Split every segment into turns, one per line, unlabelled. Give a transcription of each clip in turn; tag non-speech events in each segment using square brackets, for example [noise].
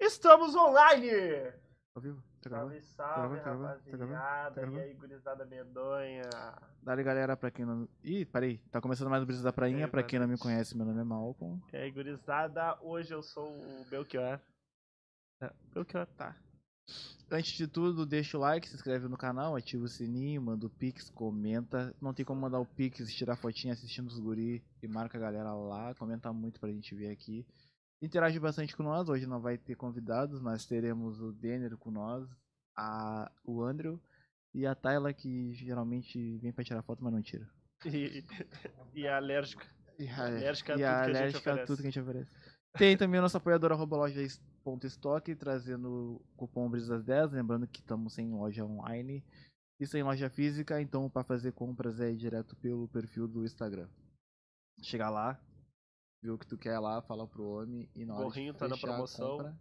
Estamos online!
Tá Ouviu? Tá gravando?
Salve, salve,
gravando, tá gravando, tá
rapaziada. E
gravando.
aí, gurizada medonha?
Dale, galera, pra quem não. Ih, parei. Tá começando mais o Brisa da Prainha.
Ei,
Pra
boa
quem não me
noite.
conhece, meu nome é Malcolm.
E aí, gurizada? Hoje eu sou o Belchior. [laughs] É, Belchior, tá.
Antes de tudo, deixa o like, se inscreve no canal, ativa o sininho, manda o pix, comenta. Não tem como mandar o pix, tirar fotinha assistindo os guri e marca a galera lá. Comenta muito pra gente ver aqui. Interage bastante com nós. Hoje não vai ter convidados, mas teremos o Denner com nós, a... o Andrew e a Tayla, que geralmente vem pra tirar foto, mas não tira.
E, e alérgico.
E
É
a,
Alérgica a
e é
tudo que a gente
alérgica a
oferece.
tudo que a gente oferece. Tem também o nosso apoiador arroba lojas.estoque, trazendo o cupom Brisas10, lembrando que estamos sem loja online e sem loja física, então para fazer compras é direto pelo perfil do Instagram. Chega lá, vê o que tu quer lá, fala pro homem e na hora
Gorrinho
de
tá na
fechar a
promoção.
compra-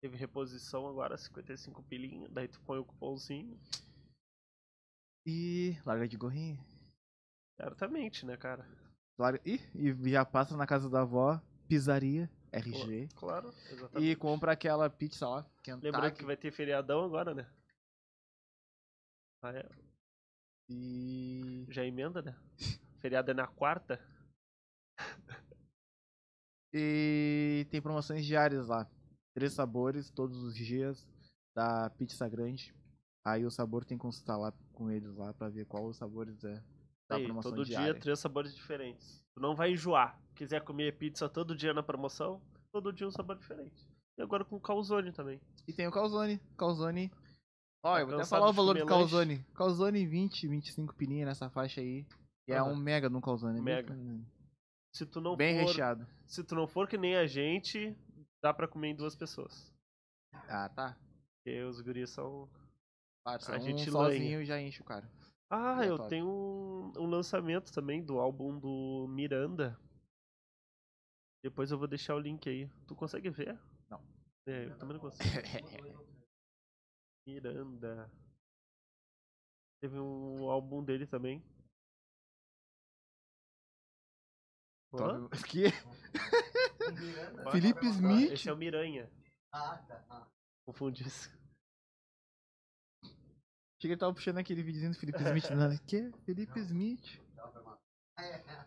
Teve reposição agora, 55 pilinha. Daí tu põe o cupomzinho.
e larga de gorrinho.
Certamente, né, cara?
Larga, ih, e já passa na casa da avó, pisaria, RG,
Claro, exatamente.
e compra Tá aquela pizza lá, Kentucky,
Lembrando Tá que vai ter feriadão agora, né? Ah, é.
e...
Já emenda,
[laughs]
né? Feriado é na quarta.
E tem promoções diárias lá. Três sabores todos os dias da pizza grande. Aí o sabor tem que consultar lá com eles lá pra ver qual os sabores é da
Aí,
promoção
todo
diária.
dia três sabores diferentes. Tu não vai enjoar. Quiser comer pizza todo dia na promoção, todo dia um sabor diferente. E agora com calzone também.
E tem o calzone, calzone. Ó,
Tá
eu vou até
cansado
falar o
de
valor do
comer
calzone. Calzone 20, 25 pininha nessa faixa aí. E é
Aham.
um mega de um calzone. é bem
Mega.
pequenininho.
Se tu não
Bem
for,
recheado.
se tu não for que nem a gente, dá pra comer em duas pessoas.
Ah, tá.
Porque os guris são
Parça,
A
um
gente
sozinho já enche
[laughs]
o cara.
Ah,
E é
eu
top.
tenho um, um lançamento também do álbum do Miranda. Depois eu vou deixar o link aí. Tu consegue ver?
Não.
É, eu também não consigo. Miranda. Teve um álbum dele também. Hã?
Top. Que? Felipe Smith?
Esse é o Miranha.
Ah, tá. Ah.
Confundi isso.
Achei que ele tava puxando aquele videozinho do Felipe Smith.
[laughs]
Não, que? Felipe Smith.
Dá pra matar. É, é.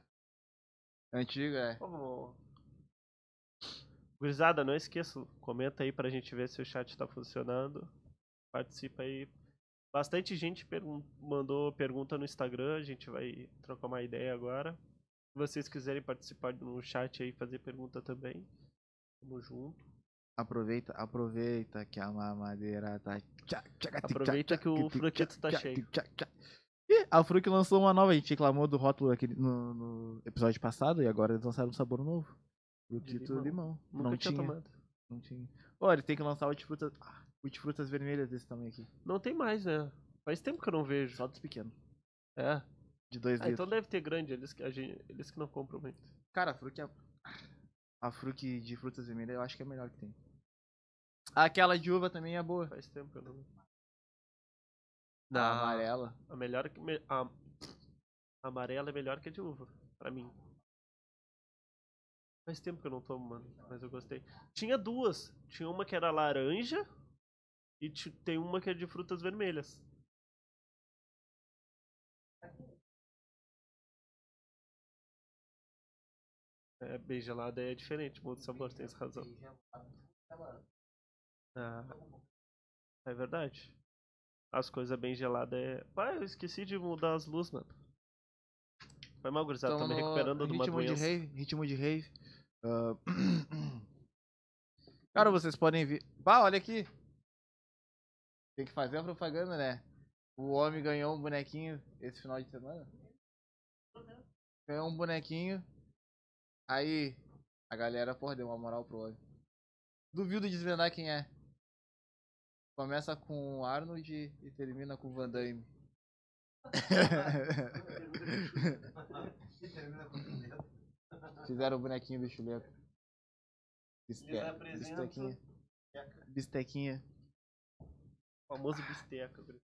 Antigo, é.
Vamos. Gurizada, não esqueça, comenta aí pra gente ver se o chat tá funcionando. Participa aí. Bastante gente pergun- mandou pergunta no Instagram, a gente vai trocar uma ideia agora. Se vocês quiserem participar no chat aí, fazer pergunta também. Tamo junto.
Aproveita, aproveita que a mamadeira tá. tchá, tchaca, tchá,
Aproveita
tchá,
que o
tchá,
Fruquito tá
tchá,
cheio.
tchá, tchá. Ih, a Fruc lançou uma nova, a gente reclamou do rótulo aquele, no, no episódio passado e agora eles lançaram um sabor novo. Fruquito
limão.
limão. limão.
Nunca
não
tinha
tinha,
tomado.
não tinha. Ó, ele tem que lançar o de frutas, ah, o de frutas vermelhas desse tamanho aqui.
Não tem mais, né? Faz tempo que eu não vejo.
Só dos pequenos,
É.
de 2
Ah,
litros.
então deve ter grande, eles que, a gente- eles que não compram muito.
Cara, a Fruc é... A Fruc de frutas vermelhas eu acho que é a melhor que tem. Aquela de uva também é boa.
Faz tempo que eu não.
A amarela.
A melhor que. me- A a amarela é melhor que a de uva, pra mim. Faz tempo que eu não tomo, mano, mas eu gostei. Tinha duas. Tinha uma que era laranja e ti- tem uma que é de frutas vermelhas. É, bem gelada é diferente, muda o sabor, tem essa razão.
Tem gelado. Ela-
Ah, é verdade. As coisas bem geladas é. Pai, eu esqueci de mudar as luzes, mano. Foi mal, gurizada. Tô
Tamo
me
no
recuperando de uma
ritmo de
doença.
rave, ritmo de rave. Ah, [clears throat] Cara, vocês podem ver. Bah, olha aqui. Tem que fazer a propaganda, né? O homem ganhou um bonequinho esse final de semana. Ganhou um bonequinho. Aí, a galera, porra, deu uma moral pro homem. Duvido desvendar quem é. Começa com o Arnold e termina com o Van Damme.
E termina com o dedo.
Fizeram o bonequinho do Chuleco. Biste-
Eles apresentam-
Bistequinha. Bistequinha.
O famoso bisteca, gurizada.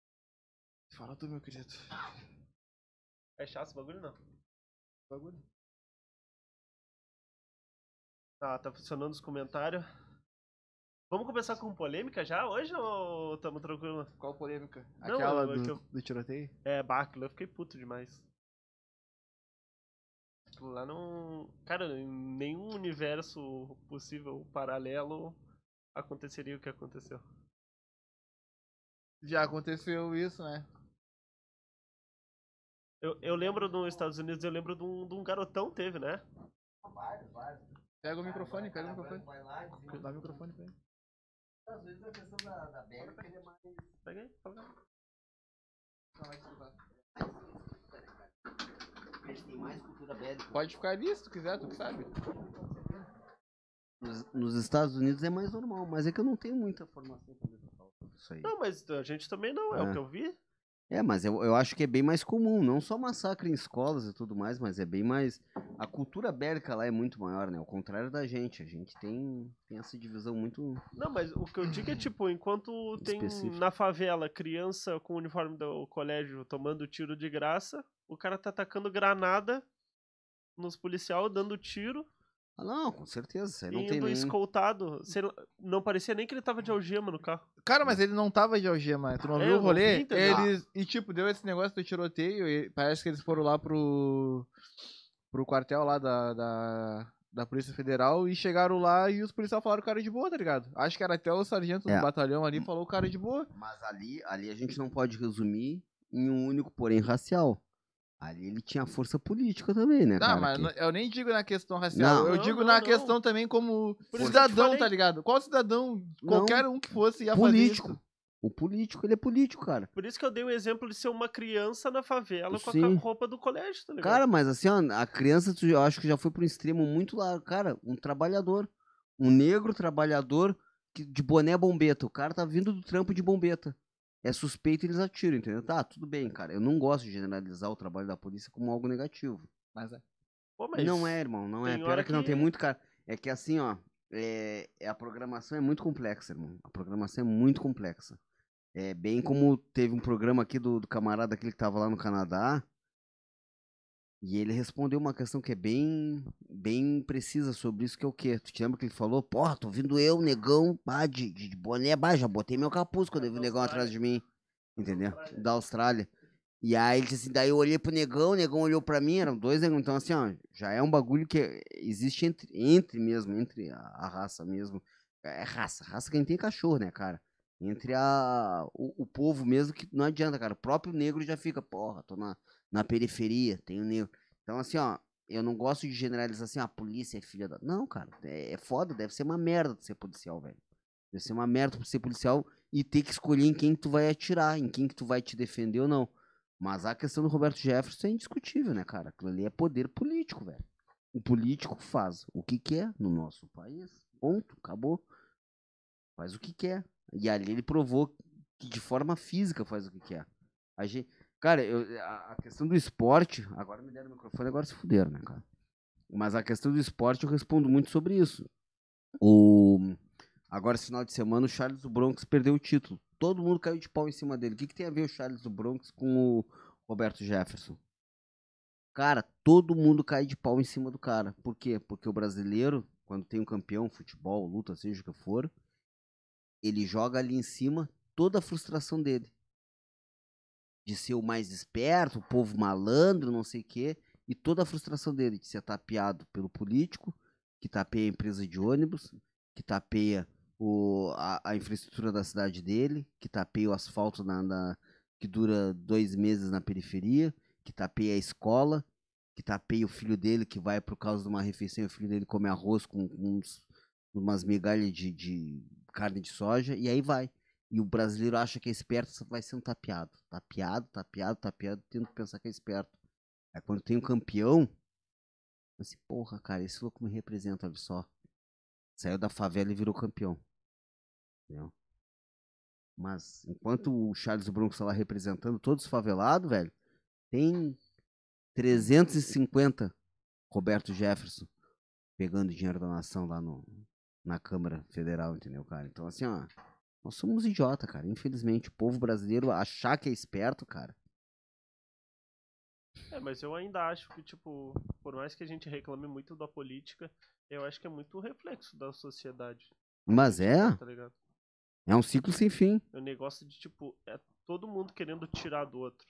Fala tu, meu querido.
É chato esse bagulho, não?
Bagulho.
Tá, tá funcionando os comentários. Vamos começar com polêmica já hoje ou tamo tranquilo?
Qual polêmica?
Não,
Aquela
eu-
do,
que eu-
do tiroteio?
É, Bácula, eu fiquei puto demais. Aquilo lá não. Cara, em nenhum universo possível paralelo aconteceria o que aconteceu.
Já aconteceu isso, né?
Eu, eu lembro nos Estados Unidos, eu lembro de um, de um garotão teve, né?
Vários, vários.
Pega o microfone, pega o
Agora
microfone.
Vai lá, desliga.
Dá o microfone pra ele.
Às vezes a questão da, da Bélgica ele é mais.
Pega aí, fala.
Não vai desculpar. né, A gente tem mais cultura bélica.
Pode ficar ali se tu quiser, tu que sabe.
Nos, nos Estados Unidos é mais normal, mas é que eu não tenho muita formação sobre isso aí.
Não, mas a gente também não, é,
É.
o que eu vi.
É, mas eu, eu acho que é bem mais comum, não só massacre em escolas e tudo mais, mas é bem mais. A cultura bélica lá é muito maior, né? Ao contrário da gente. A gente tem, tem essa divisão muito.
Não, mas o que eu
[clears throat]
digo é tipo, enquanto tem
Específico.
na favela criança com o uniforme do colégio tomando tiro de graça, o cara tá atacando granada nos policial, dando tiro.
Ah, não, com certeza. Isso aí É, não
indo
tem nem.
escoltado. sei lá, não parecia nem que ele tava de algema no carro.
Cara, mas ele não tava de algema, né? tu não
É,
viu
eu
o
não
rolê?
vi, entendeu?
eles, e tipo, deu esse negócio do tiroteio e parece que eles foram lá pro pro quartel lá da, da, da Polícia Federal e chegaram lá e os policiais falaram o cara de boa, tá ligado? Acho que era até o sargento
É.
do batalhão ali falou o cara é de boa.
Mas ali, ali a gente não pode resumir em um único, porém, racial. Ali ele tinha força política também, né?
Tá,
cara,
mas
que-
não- eu nem digo na questão racial,
Não.
eu
Não,
digo
não,
na
não.
questão também como
Por isso que eu te
cidadão,
falei.
tá ligado? Qual cidadão,
Não.
qualquer um que fosse, ia fazer
Político.
isso.
O político, ele é político, cara.
Por isso que eu dei o exemplo de ser uma criança na favela com a
Sim.
ca- roupa do colégio, tá ligado?
Cara, mas assim, ó, a criança, tu- eu acho que já foi pra um extremo muito largo. Cara, um trabalhador. Um negro trabalhador que, de boné bombeta. O cara tá vindo do trampo de bombeta. É suspeito eles atiram, entendeu? Tá, tudo bem, cara. Eu não gosto de generalizar o trabalho da polícia como algo negativo.
Mas é.
Pô, mas
Não é, irmão, não é.
tem
Pior
hora
é que não
que-
tem muito, cara. É que assim, ó, é, é a programação é muito complexa, irmão. A programação é muito complexa. É bem como teve um programa aqui do, do camarada aquele que tava lá no Canadá. E ele respondeu uma questão que é bem, bem precisa sobre isso, que é o quê? Tu te lembra que ele falou? Porra, tô vindo eu, negão, pá, de, de boné, bah, já botei meu capuz quando eu vi o
Da
negão
Austrália.
atrás de mim. Entendeu?
Austrália.
Da Austrália. E aí ele disse assim, daí eu olhei pro negão, o negão olhou pra mim, eram dois negão. Então, assim, ó, já é um bagulho que existe entre, entre mesmo, entre a, a raça mesmo. É raça, raça quem tem cachorro, né, cara? Entre a, o, o povo mesmo, que não adianta, cara. O próprio negro já fica, porra, tô na, na periferia, tenho negro. Então, assim, ó, eu não gosto de generalizar assim, ah, a polícia é filha da. Não, cara, é, é foda, deve ser uma merda tu ser policial, velho. Deve ser uma merda tu ser policial e ter que escolher em quem que tu vai atirar, em quem que tu vai te defender ou não. Mas a questão do Roberto Jefferson é indiscutível, né, cara? Aquilo ali é poder político, velho. O político faz o que quer no nosso país. Ponto, acabou. Faz o que quer. E ali ele provou que de forma física faz o que quer. A gente, cara, eu- a, a questão do esporte. Agora me deram o microfone, agora se fuderam, né, cara? Mas a questão do esporte eu respondo muito sobre isso. O, agora, esse final de semana, o Charles do Bronx perdeu o título. Todo mundo caiu de pau em cima dele. O que, que tem a ver o Charles do Bronx com o Roberto Jefferson? Cara, todo mundo cai de pau em cima do cara. Por quê? Porque o brasileiro, quando tem um campeão, futebol, luta, seja o que for, ele joga ali em cima toda a frustração dele. De ser o mais esperto, o povo malandro, não sei o quê. E toda a frustração dele de ser tapeado pelo político, que tapeia a empresa de ônibus, que tapeia o, a, a infraestrutura da cidade dele, que tapeia o asfalto na, na- que dura dois meses na periferia, que tapeia a escola, que tapeia o filho dele que vai por causa de uma refeição e o filho dele come arroz com, com uns- umas migalhas de, de carne de soja, e aí vai. E o brasileiro acha que é esperto, só vai sendo tapeado. Tapeado, tapeado, tapeado, tendo que pensar que é esperto. Aí quando tem um campeão, assim, porra, cara, esse louco me representa, olha só. Saiu da favela e virou campeão. Entendeu? Mas enquanto o Charles do Bronx tá lá representando todos os favelados, velho, tem 350 Roberto Jefferson pegando dinheiro da nação lá no, na Câmara Federal, entendeu, cara? Então, assim, ó, nós somos idiota, cara. Infelizmente, o povo brasileiro achar que é esperto, cara.
É, mas eu ainda acho que, tipo, por mais que a gente reclame muito da política, eu acho que é muito reflexo da sociedade.
Mas é,
Tá ligado?
é um ciclo sem fim.
É um negócio de, tipo, é todo mundo querendo tirar do outro.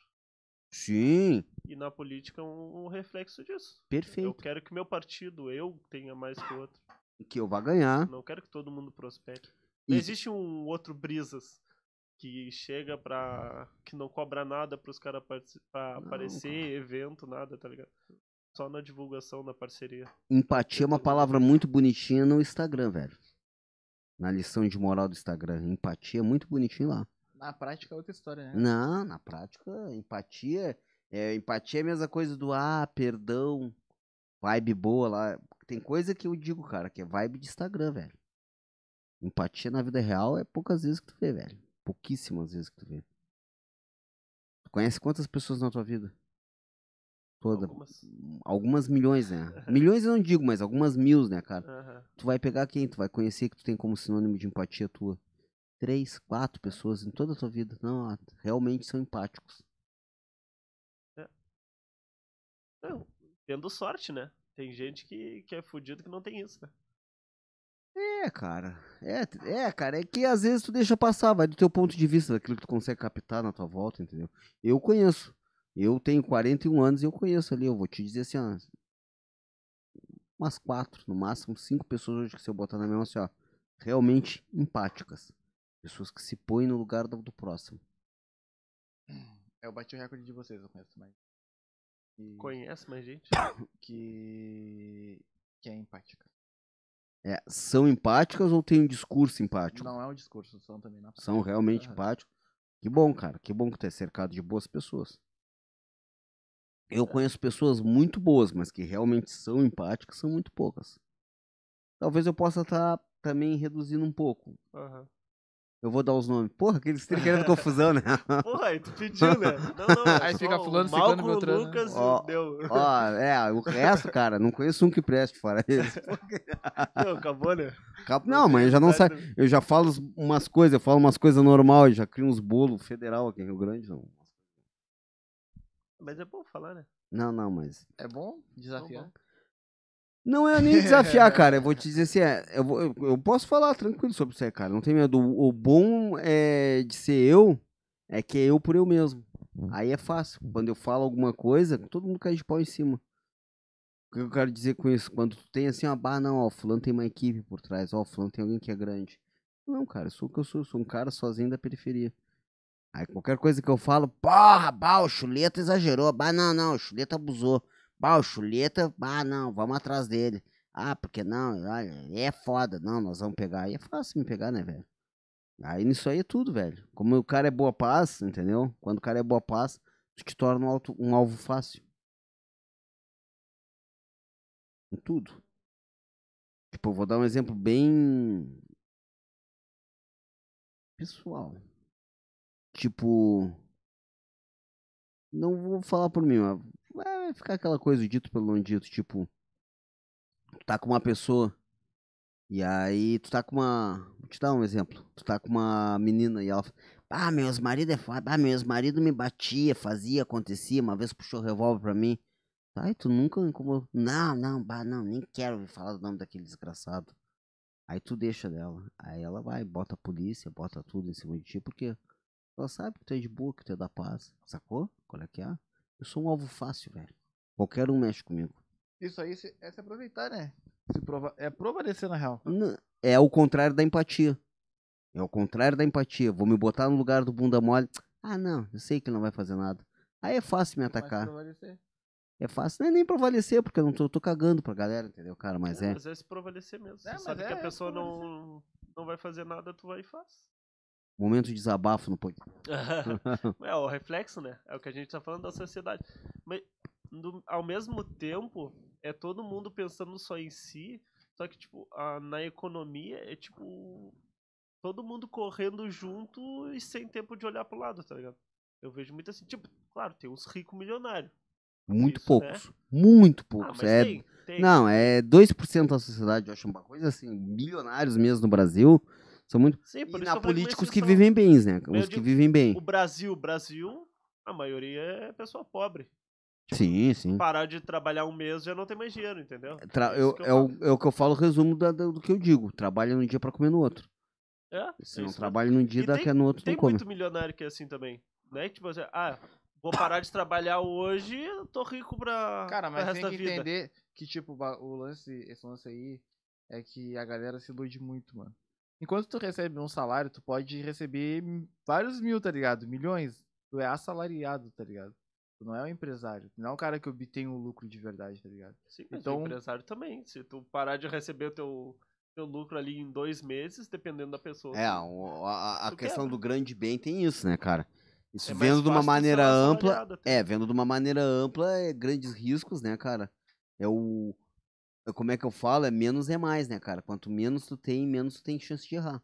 Sim,
E na política é um, um reflexo disso. Eu
perfeito.
quero que meu partido, eu, tenha mais que o outro.
Que eu vá ganhar.
Não quero que todo mundo prospere. Não
Ah. E,
existe um outro Brisas que chega pra. que não cobra nada pros caras partici- pra
Não,
aparecer, evento, nada, tá ligado? Só na divulgação, na parceria.
empatia é uma palavra muito bonitinha no Instagram, velho. Na lição de moral do Instagram. Empatia é muito bonitinho lá.
Na prática é outra história, né?
Não, na prática, empatia. É, empatia é a mesma coisa do ah, perdão, vibe boa lá. Tem coisa que eu digo, cara, que é vibe de Instagram, velho. Empatia na vida real é poucas vezes que tu vê, velho. Pouquíssimas vezes que tu vê. Tu conhece quantas pessoas na tua vida? Toda.
Algumas-
Algumas milhões, né? Milhões eu não digo, mas algumas mil, né, cara?
Aham.
tu vai pegar quem? Tu vai conhecer que tu tem como sinônimo de empatia tua. Três, quatro pessoas em toda a tua vida. Não, ah, realmente são empáticos.
Não, tendo sorte, né? Tem gente que, que é fudido que não tem isso, né?
É, cara. É, é, cara, é que às vezes tu deixa passar, vai do teu ponto de vista, daquilo que tu consegue captar na tua volta, entendeu? Eu conheço. Eu tenho 41 anos e eu conheço ali, eu vou te dizer assim, ó. Umas quatro, no máximo cinco pessoas hoje que se eu botar na minha mão assim, ó. Realmente empáticas. Pessoas que se põem no lugar do- do próximo.
Eu bati o recorde de vocês, eu conheço mais. E
Conhece mais gente?
Que... que é empática.
É, são empáticas ou tem um discurso empático?
Não é um discurso, são também na
São realmente
Aham.
empáticos. Que bom, cara. Que bom que tu é cercado de boas pessoas.
É.
Eu conheço pessoas muito boas, mas que realmente são empáticas, são muito poucas. Talvez eu possa estar também reduzindo um pouco.
Aham.
Eu vou dar os nomes. Porra, aqueles têm querendo
[laughs]
confusão, né?
Porra, aí tu pediu, né? Não, não, é
Aí
só
fica
o
fulano,
Malco,
ciclano, beltrano. né?
o Lucas,
Ó,
o deu. [laughs]
Ó, é, o resto, cara, não conheço um que preste
[laughs]
fora esse.
Não, acabou, né? é
Cap- Não, mas eu já não
Vai
sai.
do-
Eu já falo uns- umas coisas, eu falo umas coisas normal, eu já crio uns bolos federal aqui em Rio Grande, não.
Mas é bom falar, né?
Não, não, mas.
É bom desafiar.
Não é nem desafiar, cara. Eu vou te dizer assim, é, eu, vou- eu- eu posso falar tranquilo sobre isso aí, cara. Não tem medo. O, o bom é de ser eu é que é eu por eu mesmo. Aí é fácil. Quando eu falo alguma coisa, todo mundo cai de pau em cima. O que eu quero dizer com isso? Quando tu tem assim, ó, bah, não, ó, fulano tem uma equipe por trás, ó, fulano tem alguém que é grande. Não, cara, eu sou o que eu sou, eu sou um cara sozinho da periferia. Aí qualquer coisa que eu falo, porra, bah, o chuleta exagerou, bah, não, não, o chuleta abusou. Bah, o chuleta, bah, não, vamos atrás dele. Ah, porque não, olha, é foda, não, nós vamos pegar. Aí é fácil me pegar, né, velho? Aí nisso aí é tudo, velho. Como o cara é boa paz, entendeu? Quando o cara é boa paz, tu te torna um, alto- um alvo fácil. Em tudo. Tipo, eu vou dar um exemplo bem. pessoal. Tipo. Não vou falar por mim, mas vai É, ficar aquela coisa o dito pelo não dito. Tipo, tu tá com uma pessoa e aí tu tá com uma. Vou te dar um exemplo. Tu tá com uma menina e ela. fala, Ah, meus marido é foda. Ah, meus marido me batia, fazia, acontecia. Uma vez puxou revólver pra mim. Ai, tu nunca me incomodou. Não, não, bah, não, nem quero ouvir falar do nome daquele desgraçado. Aí tu deixa dela. Aí ela vai, bota a polícia, bota tudo em cima de ti, porque ela sabe que tu é de boa, que tu é da paz. Sacou? Qual é que é? Eu sou um alvo fácil, velho. Qualquer um mexe comigo.
Isso aí se- é se aproveitar, né? Se prova... É prevalecer na real.
N- É o contrário da empatia. É o contrário da empatia. Vou me botar no lugar do bunda mole. Ah, não, eu sei que ele não vai fazer nada. Aí é fácil me
Mas
atacar.
prevalecer.
É fácil, não é nem prevalecer, porque eu não tô, eu tô cagando pra galera, entendeu, cara? Mas é.
Mas é se prevalecer mesmo. Você
É, mas
sabe que
é
a pessoa não, não vai fazer nada, tu vai e faz.
Momento de desabafo no podcast.
[laughs] é o reflexo, né? É o que a gente tá falando da sociedade. Mas no- ao mesmo tempo, é todo mundo pensando só em si. Só que, tipo, a- na economia é tipo. Todo mundo correndo junto e sem tempo de olhar pro lado, tá ligado? Eu vejo muito assim, tipo, claro, tem uns ricos milionários.
Muito
Isso, é. Ah,
poucos. Muito poucos.
mas
é
tem, tem.
Não, é 2% da sociedade, eu acho uma coisa assim, milionários mesmo no Brasil, são muito
Sim, É por isso eu
e na
falei uma
políticos que
exceção.
vivem bem, né?
eu
Os que
digo,
vivem bem.
O Brasil, Brasil, a maioria é pessoa pobre.
Sim, sim.
Parar de trabalhar um mês já não tem mais dinheiro, entendeu?
Hum. Tra-
isso
eu-
que eu
é, o, é o que eu falo, o resumo da- da- do que eu digo. Trabalha num dia pra comer no outro.
É,
Se
é
não
isso.
trabalha num dia,
E
dá
tem-
que é no outro
Tem
não come.
muito milionário que é assim também. Não é que tipo assim, ah, vou parar de trabalhar hoje, eu tô rico pra,
Cara,
pra
mas
resto
tem
da
que
vida.
entender que, tipo, ba- o lance, esse lance aí é que a galera se ilude muito, mano. Enquanto tu recebe um salário, tu pode receber m- vários mil, tá ligado? Milhões. Tu é assalariado, tá ligado? Tu não é um empresário. Tu não é um cara que obtém o lucro de verdade, tá ligado?
Sim, mas o
Então-
empresário também. Se tu parar de receber o teu, teu lucro ali em dois meses, dependendo da pessoa.
É,
tu-
o- a, a- a
tu
questão
quebra.
do grande bem tem isso, né, cara? Isso
é mais
vendo de
fácil
uma
tu ser
maneira ampla.
assalariado até.
É, vendo de uma maneira ampla, é grandes riscos, né, cara? É o. é Como é que eu falo? É menos é mais, né, cara? Quanto menos tu tem, menos tu tem chance de errar.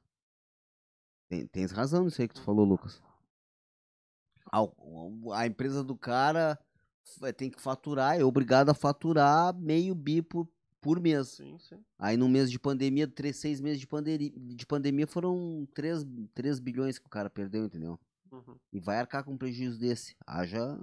Tem, tens razão nisso aí que tu falou, Lucas. A, o- a empresa do cara f- tem que faturar, é obrigado a faturar meio bi por, por mês.
Sim, sim.
Aí no mês de pandemia, três, seis meses de, panderi- de pandemia foram 3, bilhões que o cara perdeu, entendeu?
Uhum.
E vai arcar com um prejuízo desse. Haja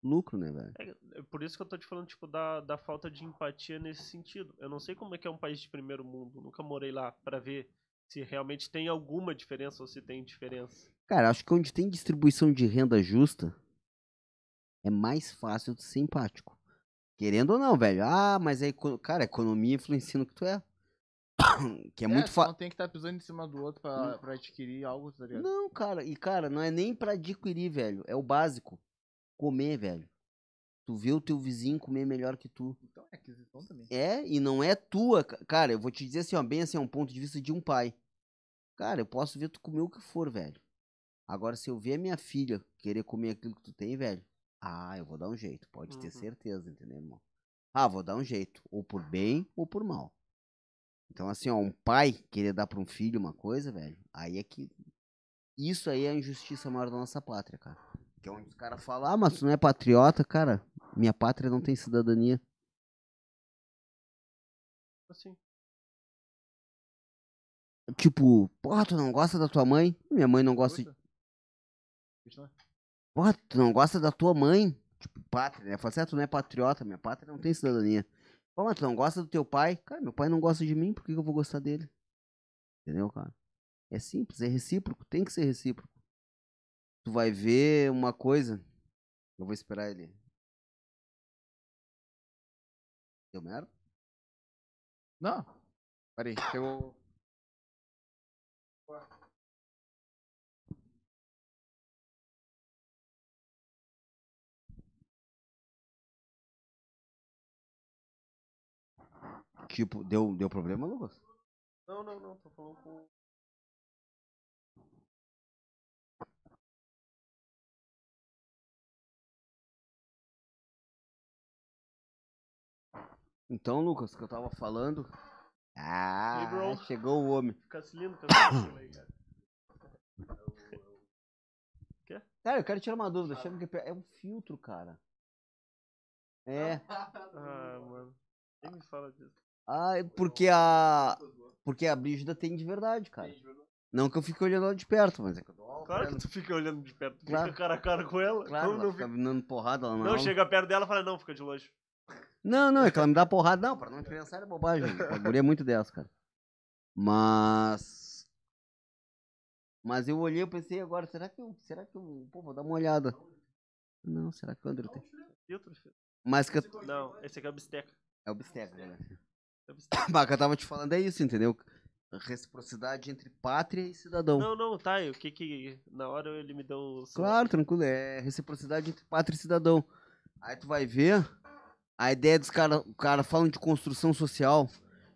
lucro, né, velho?
É por isso que eu tô te falando, tipo, da, da falta de empatia nesse sentido. Eu não sei como é que é um país de primeiro mundo. Nunca morei lá pra ver se realmente tem alguma diferença ou se tem diferença.
Cara, acho que onde tem distribuição de renda justa, é mais fácil de ser empático. Querendo ou não, velho. Ah, mas a eco- cara, a economia influencia no que tu é. [coughs] Que é, muito
tu
fácil.
Não tem que estar pisando em cima do outro pra, pra adquirir algo, tá ligado?
Não, cara, e cara, não é nem pra adquirir, velho. É o básico. Comer, velho. Tu vê o teu vizinho comer melhor que tu.
Então é aquisição também.
É, e não é tua. ca- Cara, eu vou te dizer assim, ó, bem assim, é um ponto de vista de um pai. Cara, eu posso ver tu comer o que for, velho. Agora, se eu ver a minha filha querer comer aquilo que tu tem, velho, ah, eu vou dar um jeito, pode ter
Uhum.
certeza, entendeu, irmão? Ah, vou dar um jeito, ou por bem ou por mal. Então, assim, ó, um pai querer dar pra um filho uma coisa, velho, aí é que. Isso aí é a injustiça maior da nossa pátria, cara. Que é onde os caras falam, ah, mas tu não é patriota, cara. Minha pátria não tem cidadania.
Assim.
Tipo, porra, tu não gosta da tua mãe? Minha mãe não gosta de.
Puta. Continua.
Porra, tu não gosta da tua mãe? Tipo, pátria, né? Fala assim, ah, tu não é patriota, minha pátria não tem cidadania. Pô, mas tu não gosta do teu pai? Cara, meu pai não gosta de mim, por que que eu vou gostar dele? Entendeu, cara? É simples, é recíproco, tem que ser recíproco. Tu vai ver uma coisa. Eu vou esperar ele. Deu merda?
Não. Peraí, chegou.
Tipo, deu, deu problema, Lucas?
Não, não, não. Tô falando com.
Então, Lucas, que eu tava falando. Ah,
bro.
chegou o homem.
Cacilino,
[coughs]
Cacilino. aí, cara.
Cara, eu quero tirar uma dúvida. Chama que é pe- é um filtro, cara. É.
Ah, mano. Nem me fala disso.
Ah, é porque a. Porque a Brígida tem de verdade, cara. Não que eu fique olhando ela de perto, mas é que eu dou aula pra
Claro
ela.
que tu fica olhando de perto. Fica
Claro.
cara a cara com ela.
Claro,
Como
ela
não,
fica
fica...
me dando porrada lá na
não
aula.
chega perto dela e fala, não, fica de longe.
Não, não, é que ela me dá porrada. Não, pra não criançar é bobagem. A guria é muito dessa, cara. Mas. Mas eu olhei e pensei agora, será que eu. Será que eu. Pô, vou dar uma olhada. Não, será que o André tem.
Filtro, filho.
Mas que eu.
Não, esse aqui é o bisteca.
É o bisteca, né?
É o bisteca.
[laughs] Bah, o que eu tava te falando é isso, entendeu? Reciprocidade entre pátria e cidadão.
Não, não, tá. e O que que. Na hora ele me deu. um o celular.
Claro, tranquilo. É reciprocidade entre pátria e cidadão. Aí tu vai ver a ideia dos caras. O cara falam de construção social.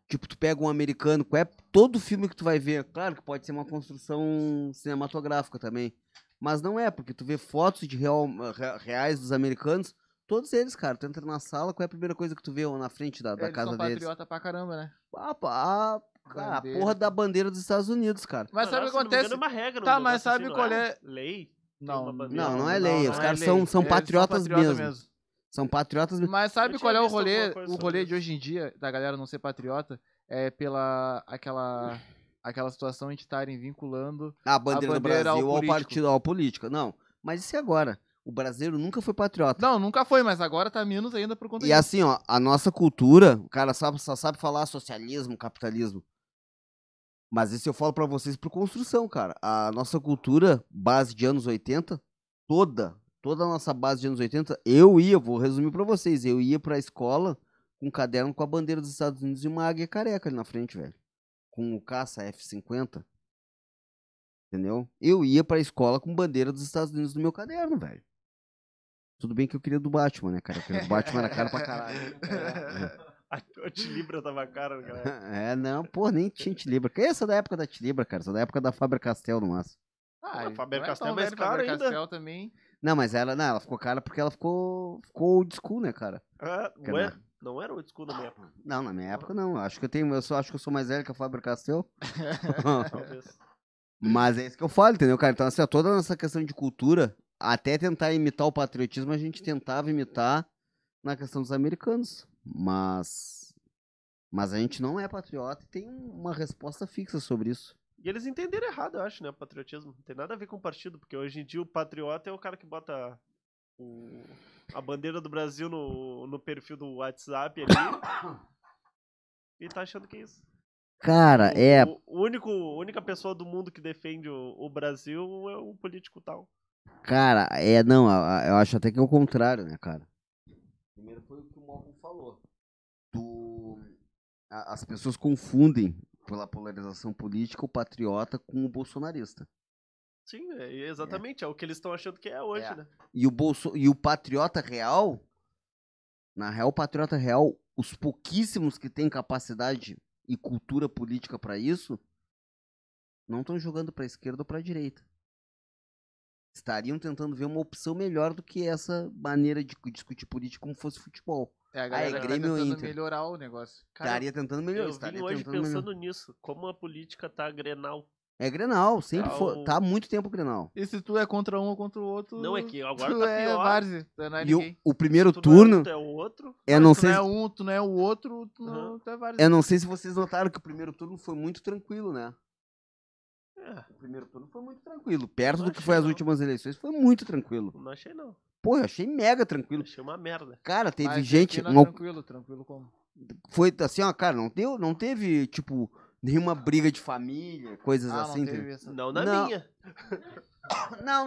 Tipo, tu pega um americano, qual é todo filme que tu vai ver. Claro que pode ser uma construção cinematográfica também. Mas não é, porque tu vê fotos de real- re- reais dos americanos. Todos eles, cara, tu entra na sala, qual é a primeira coisa que tu vê na frente da, da
Eles
casa
são
deles?
patriota pra caramba, né?
Ah, pá, ah, cara, a
Bandeira.
porra da bandeira dos Estados Unidos, cara.
Mas sabe o
Agora,
que
se não me engano,
acontece?
É uma regra, um
Tá,
negócio
mas sabe
assim,
qual
não
é- [laughs]
Lei? [laughs]
Não,
uma
não,
bandeira.
Não, não é lei, os caras são- são
Eles
patriotas
patriotas
mesmo. São patriotas. mesmo.
Mas
Eu
sabe
tinha
qual é o
visto alguma
rolê?
coisa
O
sobre
rolê
isso.
de hoje em dia, da galera não ser patriota, é pela aquela, aquela situação de estarem vinculando.
ah, A bandeira,
bandeira
do Brasil
ao
ao
político.
partido, ao política. Não, mas isso é agora. O brasileiro nunca foi patriota.
Não, nunca foi, mas agora tá menos ainda por conta
E assim, ó, a nossa cultura, o cara só, só sabe falar socialismo, capitalismo. Mas isso eu falo pra vocês por construção, cara. A nossa cultura, base de anos 80, toda, toda a nossa base de anos 80, eu ia, vou resumir pra vocês, eu ia pra escola com um caderno com a bandeira dos Estados Unidos e uma águia careca ali na frente, velho. Com o caça F-50. Entendeu? Eu ia pra escola com bandeira dos Estados Unidos no meu caderno, velho. Tudo bem que eu queria do Batman, né, cara? Eu queria do Batman era caro
[laughs]
pra caralho. [laughs]
É.
A, a Tilibra tava cara, galera.
É, não, pô, nem tinha Tilibra. Que essa da época da Tilibra, cara. Essa da época da Faber Castell, no máximo.
Ah,
Pô, Faber
não
Castell
tão
é mais
velho,
caro
Faber
ainda.
Castell também.
Não, mas ela, não, ela ficou cara porque ela ficou, ficou old school, né, cara?
Ah,
Porque
ué,
na-
não era old school na
[laughs]
minha época,
Não, na minha época não. Eu Acho que eu tenho, eu só acho que eu sou mais velho que a Faber Castell.
talvez.
mas é isso que eu falo, entendeu, cara? Então, assim, ó, toda essa questão de cultura, até tentar imitar o patriotismo, a gente tentava imitar na questão dos americanos. Mas. Mas a gente não é patriota e tem uma resposta fixa sobre isso.
E eles entenderam errado, eu acho, né? Patriotismo. Não tem nada a ver com partido, porque hoje em dia o patriota é o cara que bota o- a bandeira do Brasil no, no perfil do WhatsApp ali. E tá achando que é isso.
Cara,
O-
é.
O, o único, a única pessoa do mundo que defende o, o Brasil é o político tal.
Cara, é, não, a- a- eu acho até que é o contrário, né, cara? Primeiro foi o que o Malcolm falou. Do... a- as pessoas confundem, pela polarização política, o patriota com o bolsonarista.
Sim, é, é exatamente. É, o que eles estão achando que é hoje,
É.
né?
E o, bolso... e o patriota real, na real, o patriota real, os pouquíssimos que têm capacidade e cultura política pra isso, não estão jogando pra esquerda ou pra direita. Estariam tentando ver uma opção melhor do que essa maneira de cu- discutir política como fosse futebol.
É, a galera que tá
Grêmio ou
tentando
Inter?
melhorar o negócio. Cara,
Estaria tentando melhor.
Eu vim
estaria
hoje
tentando melhor.
pensando nisso. Como a política tá grenal.
É Grenal, sempre
Tá
foi.
o-
Tá há muito tempo Grenal.
e se tu é contra um ou contra o outro...
Não é que agora
tu
tá
é
pior.
várzea, tu é
Tá
não é
E o,
ninguém.
o primeiro
Tu não é né? um,
turno,
tu é o outro.
eu
Mas
não
tu
sei
não
se-
é um, tu não é o outro, tu, não, tu é várzea.
eu não sei se vocês notaram que o primeiro turno foi muito tranquilo, né?
É,
O primeiro turno foi muito tranquilo. Perto
Eu
do que
achei
foi as
não.
últimas eleições, foi muito tranquilo.
não achei não.
Pô, eu achei mega tranquilo.
Achei uma merda.
Cara, teve
Mas
gente.
Argentina,
não-
Tranquilo, tranquilo como?
foi assim, ó, cara, não, deu, não teve, tipo, nenhuma briga de família, coisas
Ah,
assim.
não
entendeu?
teve essa.
Não na
Não.
minha.
Não,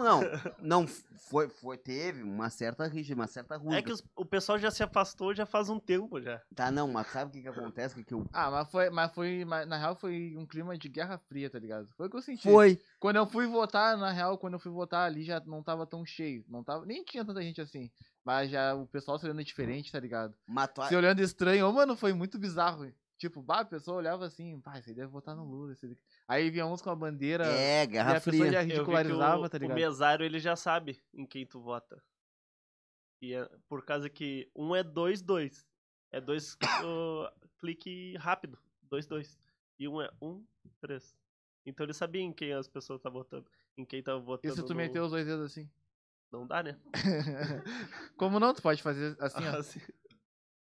[laughs]
não. Não f- foi, foi, teve uma certa rixa, uma certa rusga.
É que os- o pessoal já se afastou já faz um tempo já.
Tá, não, mas sabe o que, que acontece? Que, que eu...
Ah, mas foi, mas foi, mas, na real foi um clima de guerra fria, tá ligado? Foi o que eu senti.
Foi.
Quando eu fui votar, na real, quando eu fui votar ali já não tava tão cheio, não tava, nem tinha tanta gente assim, mas já o pessoal se olhando diferente, tá ligado?
Matou a-
Se olhando estranho, ô, mano, foi muito bizarro. Tipo, bah, a pessoa olhava assim, pá, esse aí deve votar no Lula, esse daqui. Aí vinha uns com a bandeira
É,
e
Guerra
a pessoa
Fria.
já
Eu vi que
ridicularizava,
o,
tá
O
ligado?
mesário ele já sabe em quem tu vota. E é por causa que um é dois, dois. É dois [coughs] ô, clique rápido. Dois, dois. E um é um, três. Então ele sabia em quem as pessoas tá votando. Em quem tá
E
votando.
se tu
no-
meter os dois dedos
[laughs]
assim?
Não dá, né?
Como não? Tu pode fazer assim,
[laughs]
ó.
Assim.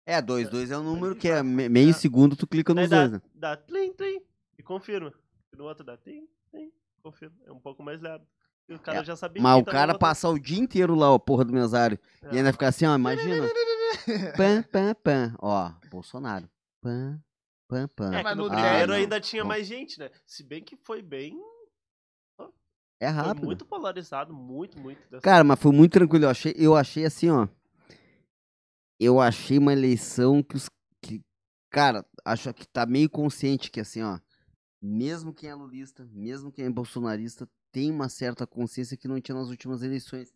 É, 2-2 é um número
[laughs]
que é me- meio segundo, tu clica
Daí
nos
dá,
dois, né?
dá tlim, tlim. E confirma. E no outro dá tlim, tlim. Confirma. É um pouco mais leve. E o cara
É,
já sabia em
Mas
quem
o
tava
cara
votando.
passar o dia inteiro lá, ó, porra do mesário,
É.
e ainda ficar assim, ó, imagina. Pam, pam, pam. Ó, Bolsonaro. Pam, pam, pam.
É,
mas
que no
no
primeiro
Ah, não.
ainda tinha
Não.
mais gente, né? Se bem que foi bem.
É
Foi
rápido.
muito polarizado, muito, muito. dessa-
Cara, mas foi muito tranquilo. Eu achei, eu achei assim, ó. Eu achei uma eleição que os. Que, cara, acho que tá meio consciente que assim, ó. Mesmo quem é lulista, mesmo quem é bolsonarista, tem uma certa consciência que não tinha nas últimas eleições.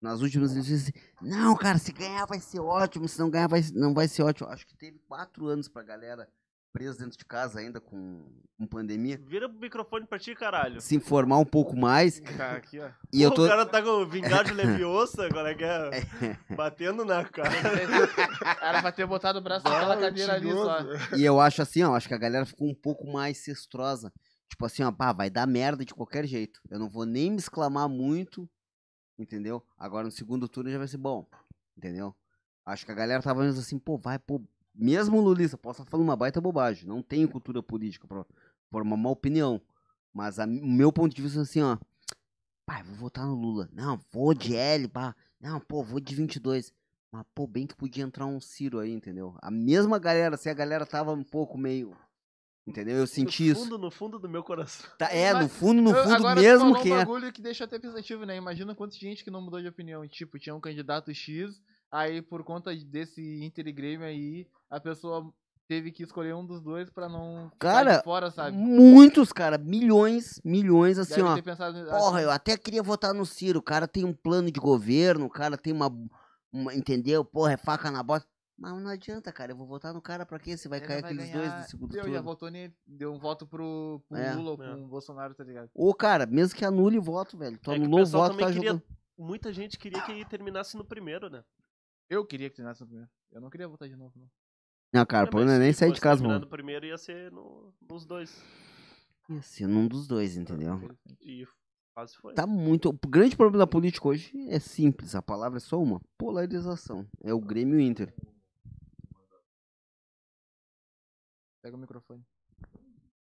Nas últimas eleições, não, cara, se ganhar vai ser ótimo, se não ganhar vai, não vai ser ótimo. Acho que teve quatro anos pra galera presa dentro de casa ainda com, com pandemia,
Vira pro microfone pra ti, caralho.
se informar um pouco mais.
Cara, aqui, ó.
E eu
Pô,
[laughs] tô.
[laughs] O cara tá com vingar de leviosa, qual é que é? Batendo na cara.
Era pra ter botado o braço naquela
é
cadeira ali só.
E eu acho assim, ó, acho que a galera ficou um pouco mais cestrosa. Tipo assim, ó, pá, vai dar merda de qualquer jeito. Eu não vou nem me exclamar muito, entendeu? Agora no segundo turno já vai ser bom, entendeu? Acho que a galera tava mesmo assim, pô, vai, pô. Mesmo o Lulista, posso estar falando uma baita bobagem. Não tenho cultura política pra formar uma opinião. Mas a mi- o meu ponto de vista é assim, ó. Pai, vou votar no Lula. Não, vou de L, pá. Não, pô, vou de 22. Mas, pô, bem que podia entrar um Ciro aí, entendeu? A mesma galera, se a galera tava um pouco meio. Entendeu? Eu senti
no
isso.
fundo, No fundo do meu coração.
Tá, é, no
Mas
fundo, no
Eu-
fundo
agora tu
mesmo
falou
que
um
é.
bagulho que deixa até pensativo, né? Imagina quanta gente que não mudou de opinião. Tipo, tinha um candidato X, aí por conta desse Inter e Grêmio aí, a pessoa teve que escolher um dos dois pra não
Cara,
ficar de fora, sabe?
Muitos, cara, milhões, milhões, assim,
Deve
ó.
ter pensado, ah,
Porra, eu até queria votar no Ciro. O cara tem um plano de governo, o cara tem uma. uma- entendeu? Porra, é faca na bota. Mas não adianta, cara. Eu vou votar no cara pra quê? Você vai
ele
cair
vai
aqueles dois
ganhar.
no segundo
Deu, já
turno.
votou nele, deu um voto pro, pro
É.
Lula ou
É.
pro Bolsonaro, tá ligado?
Ou, cara, mesmo que anule o voto, velho. Tu
É que o
anulou o
pessoal
voto,
também
tá
queria-
jogando.
Muita gente queria que ele terminasse no primeiro, né?
Eu queria que terminasse no primeiro. Eu não queria votar de novo, não.
Não, cara, o
É,
problema
mas
é nem
se
sair de
fosse
casa,
terminar
mano.
no primeiro ia ser no- nos dois.
Ia ser num dos dois, entendeu?
E quase foi.
Tá muito. O grande problema da política hoje é simples. A palavra é só uma: polarização. É o Grêmio e o Inter.
Pega o microfone.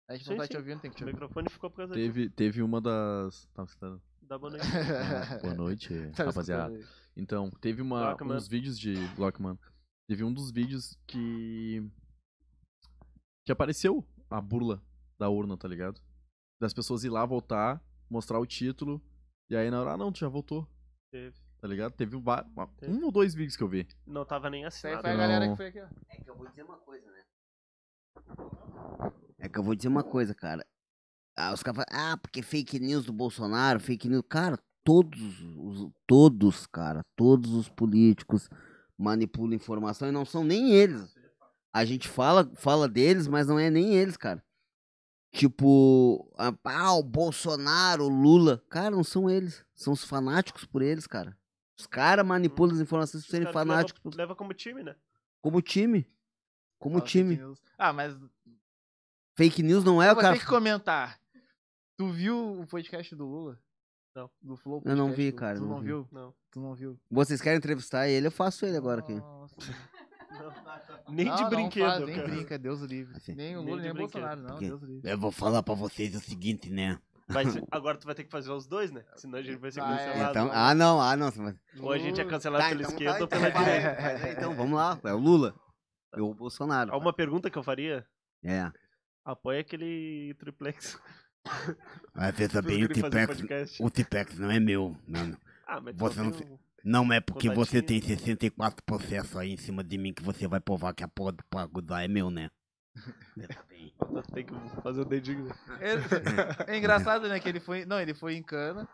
A gente
Sim,
não tá
sim.
te ouvindo, tem que te
O [laughs]
ouvir.
microfone ficou por causa
Teve, teve uma das.
[laughs]
Tava escutando.
de- da banda.
Ah, boa noite,
Tava
rapaziada.
Tá escutando aí.
Então, teve uma,
Lockman.
uns vídeos de. Lockman. Teve um dos vídeos que. Que apareceu a burla da urna, tá ligado? Das pessoas ir lá votar, mostrar o título. E aí na hora, ah não, tu já votou.
Teve.
Tá ligado? Teve um, va-
Teve.
um ou dois vídeos que eu vi.
Não tava nem
Isso aí
assinado.
foi a
Não.
galera que foi aqui, ó.
É que eu vou dizer uma coisa, né? É que eu vou dizer uma coisa, cara. Ah, os caras falam, ah, porque fake news do Bolsonaro, fake news. Cara, todos, os, todos, cara, todos os políticos manipulam informação e não são nem eles. A gente fala, fala deles, mas não é nem eles, cara. Tipo, ah, ah, o Bolsonaro, o Lula. Cara, não são eles. São os fanáticos por eles, cara. Os caras manipulam as informações
Hum.
por
Os
serem
caras que leva-
fanáticos. por-
Leva, como time, né?
Como time. Como
Fala fake
time.
news. Ah, mas
Fake news não é o
vou
cara.
ter que comentar. Tu viu o podcast do Lula?
Não.
Do Flow
Eu não
podcast
vi,
do-
cara,
Tu
não
não,
vi.
viu?
Não.
Tu não viu?
Vocês querem entrevistar ele? Eu faço ele agora aqui.
Nossa.
Nem
Não,
de
não
brinquedo,
faz, nem
cara. [laughs]
brinca, Deus o livre.
Assim.
Nem o
Nem
Lula,
de
nem o
brinquedo.
Bolsonaro, não,
Por quê?
Deus o livre.
Eu vou falar pra vocês o seguinte, né?
Vai ser- agora tu vai ter que fazer os dois, né? Senão a gente vai ser
Ah, é. Tá, então
cancelado.
Então, ah, não, ah, não. Mas...
Ou a gente é
Lula.
cancelado pela esquerda ou pela
vai,
direita.
vai, vai, então, vamos lá. [laughs] É o Lula. Eu o Bolsonaro.
Há uma pergunta que eu faria.
É.
Apoia aquele triplex.
Mas pensa
pros [laughs]
Tá bem, o
guri fazer
Tipex,
podcast.
o Tipex não é meu. Não,
Ah, mas
Você
tu não
não
tem um-
não é porque você tem
Contatinho.
64 processos aí em cima de mim que você vai provar que a porra do Pagudá é meu, né? Pensa bem.
tu tem que fazer o dedinho. né?
Ele- É engraçado, né? Que ele foi. Não, ele foi em cana.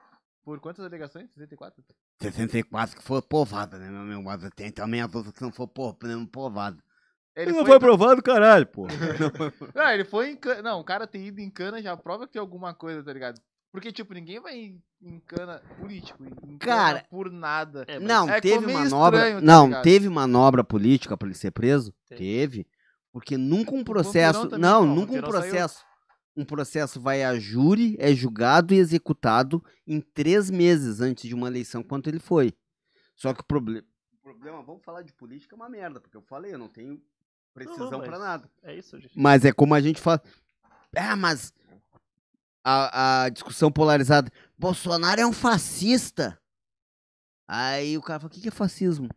Por quantas alegações? 64?
64 que foi provada, né, meu amigo? Mas tem também as outras que não foram por- não provadas.
Ele
então
provado,
[laughs]
caralho, pô.
Não, ele foi em cana. Não, o cara ter ido em cana já prova que tem alguma coisa, tá ligado? Porque, tipo, ninguém vai em, em cana político, em cana
Cara.
por nada.
É, mas
Não,
É, ficou
teve
meio
manobra.
estranho, tá
não,
ligado?
teve manobra política pra ele ser preso?
Teve.
Teve. Porque nunca um processo.
também,
não,
não, o
nunca um
Vampirão saiu.
processo. Um processo vai a júri, é julgado e executado em três meses antes de uma eleição, quanto ele foi. Só que o problema. O problema, vamos falar de política é uma merda, porque eu falei, eu não tenho precisão
Não, não,
pra
mas-
nada.
É isso, gente.
Mas é como a gente fala. Ah, mas a, a discussão polarizada. Bolsonaro é um fascista. Aí o cara fala: o que, que é fascismo?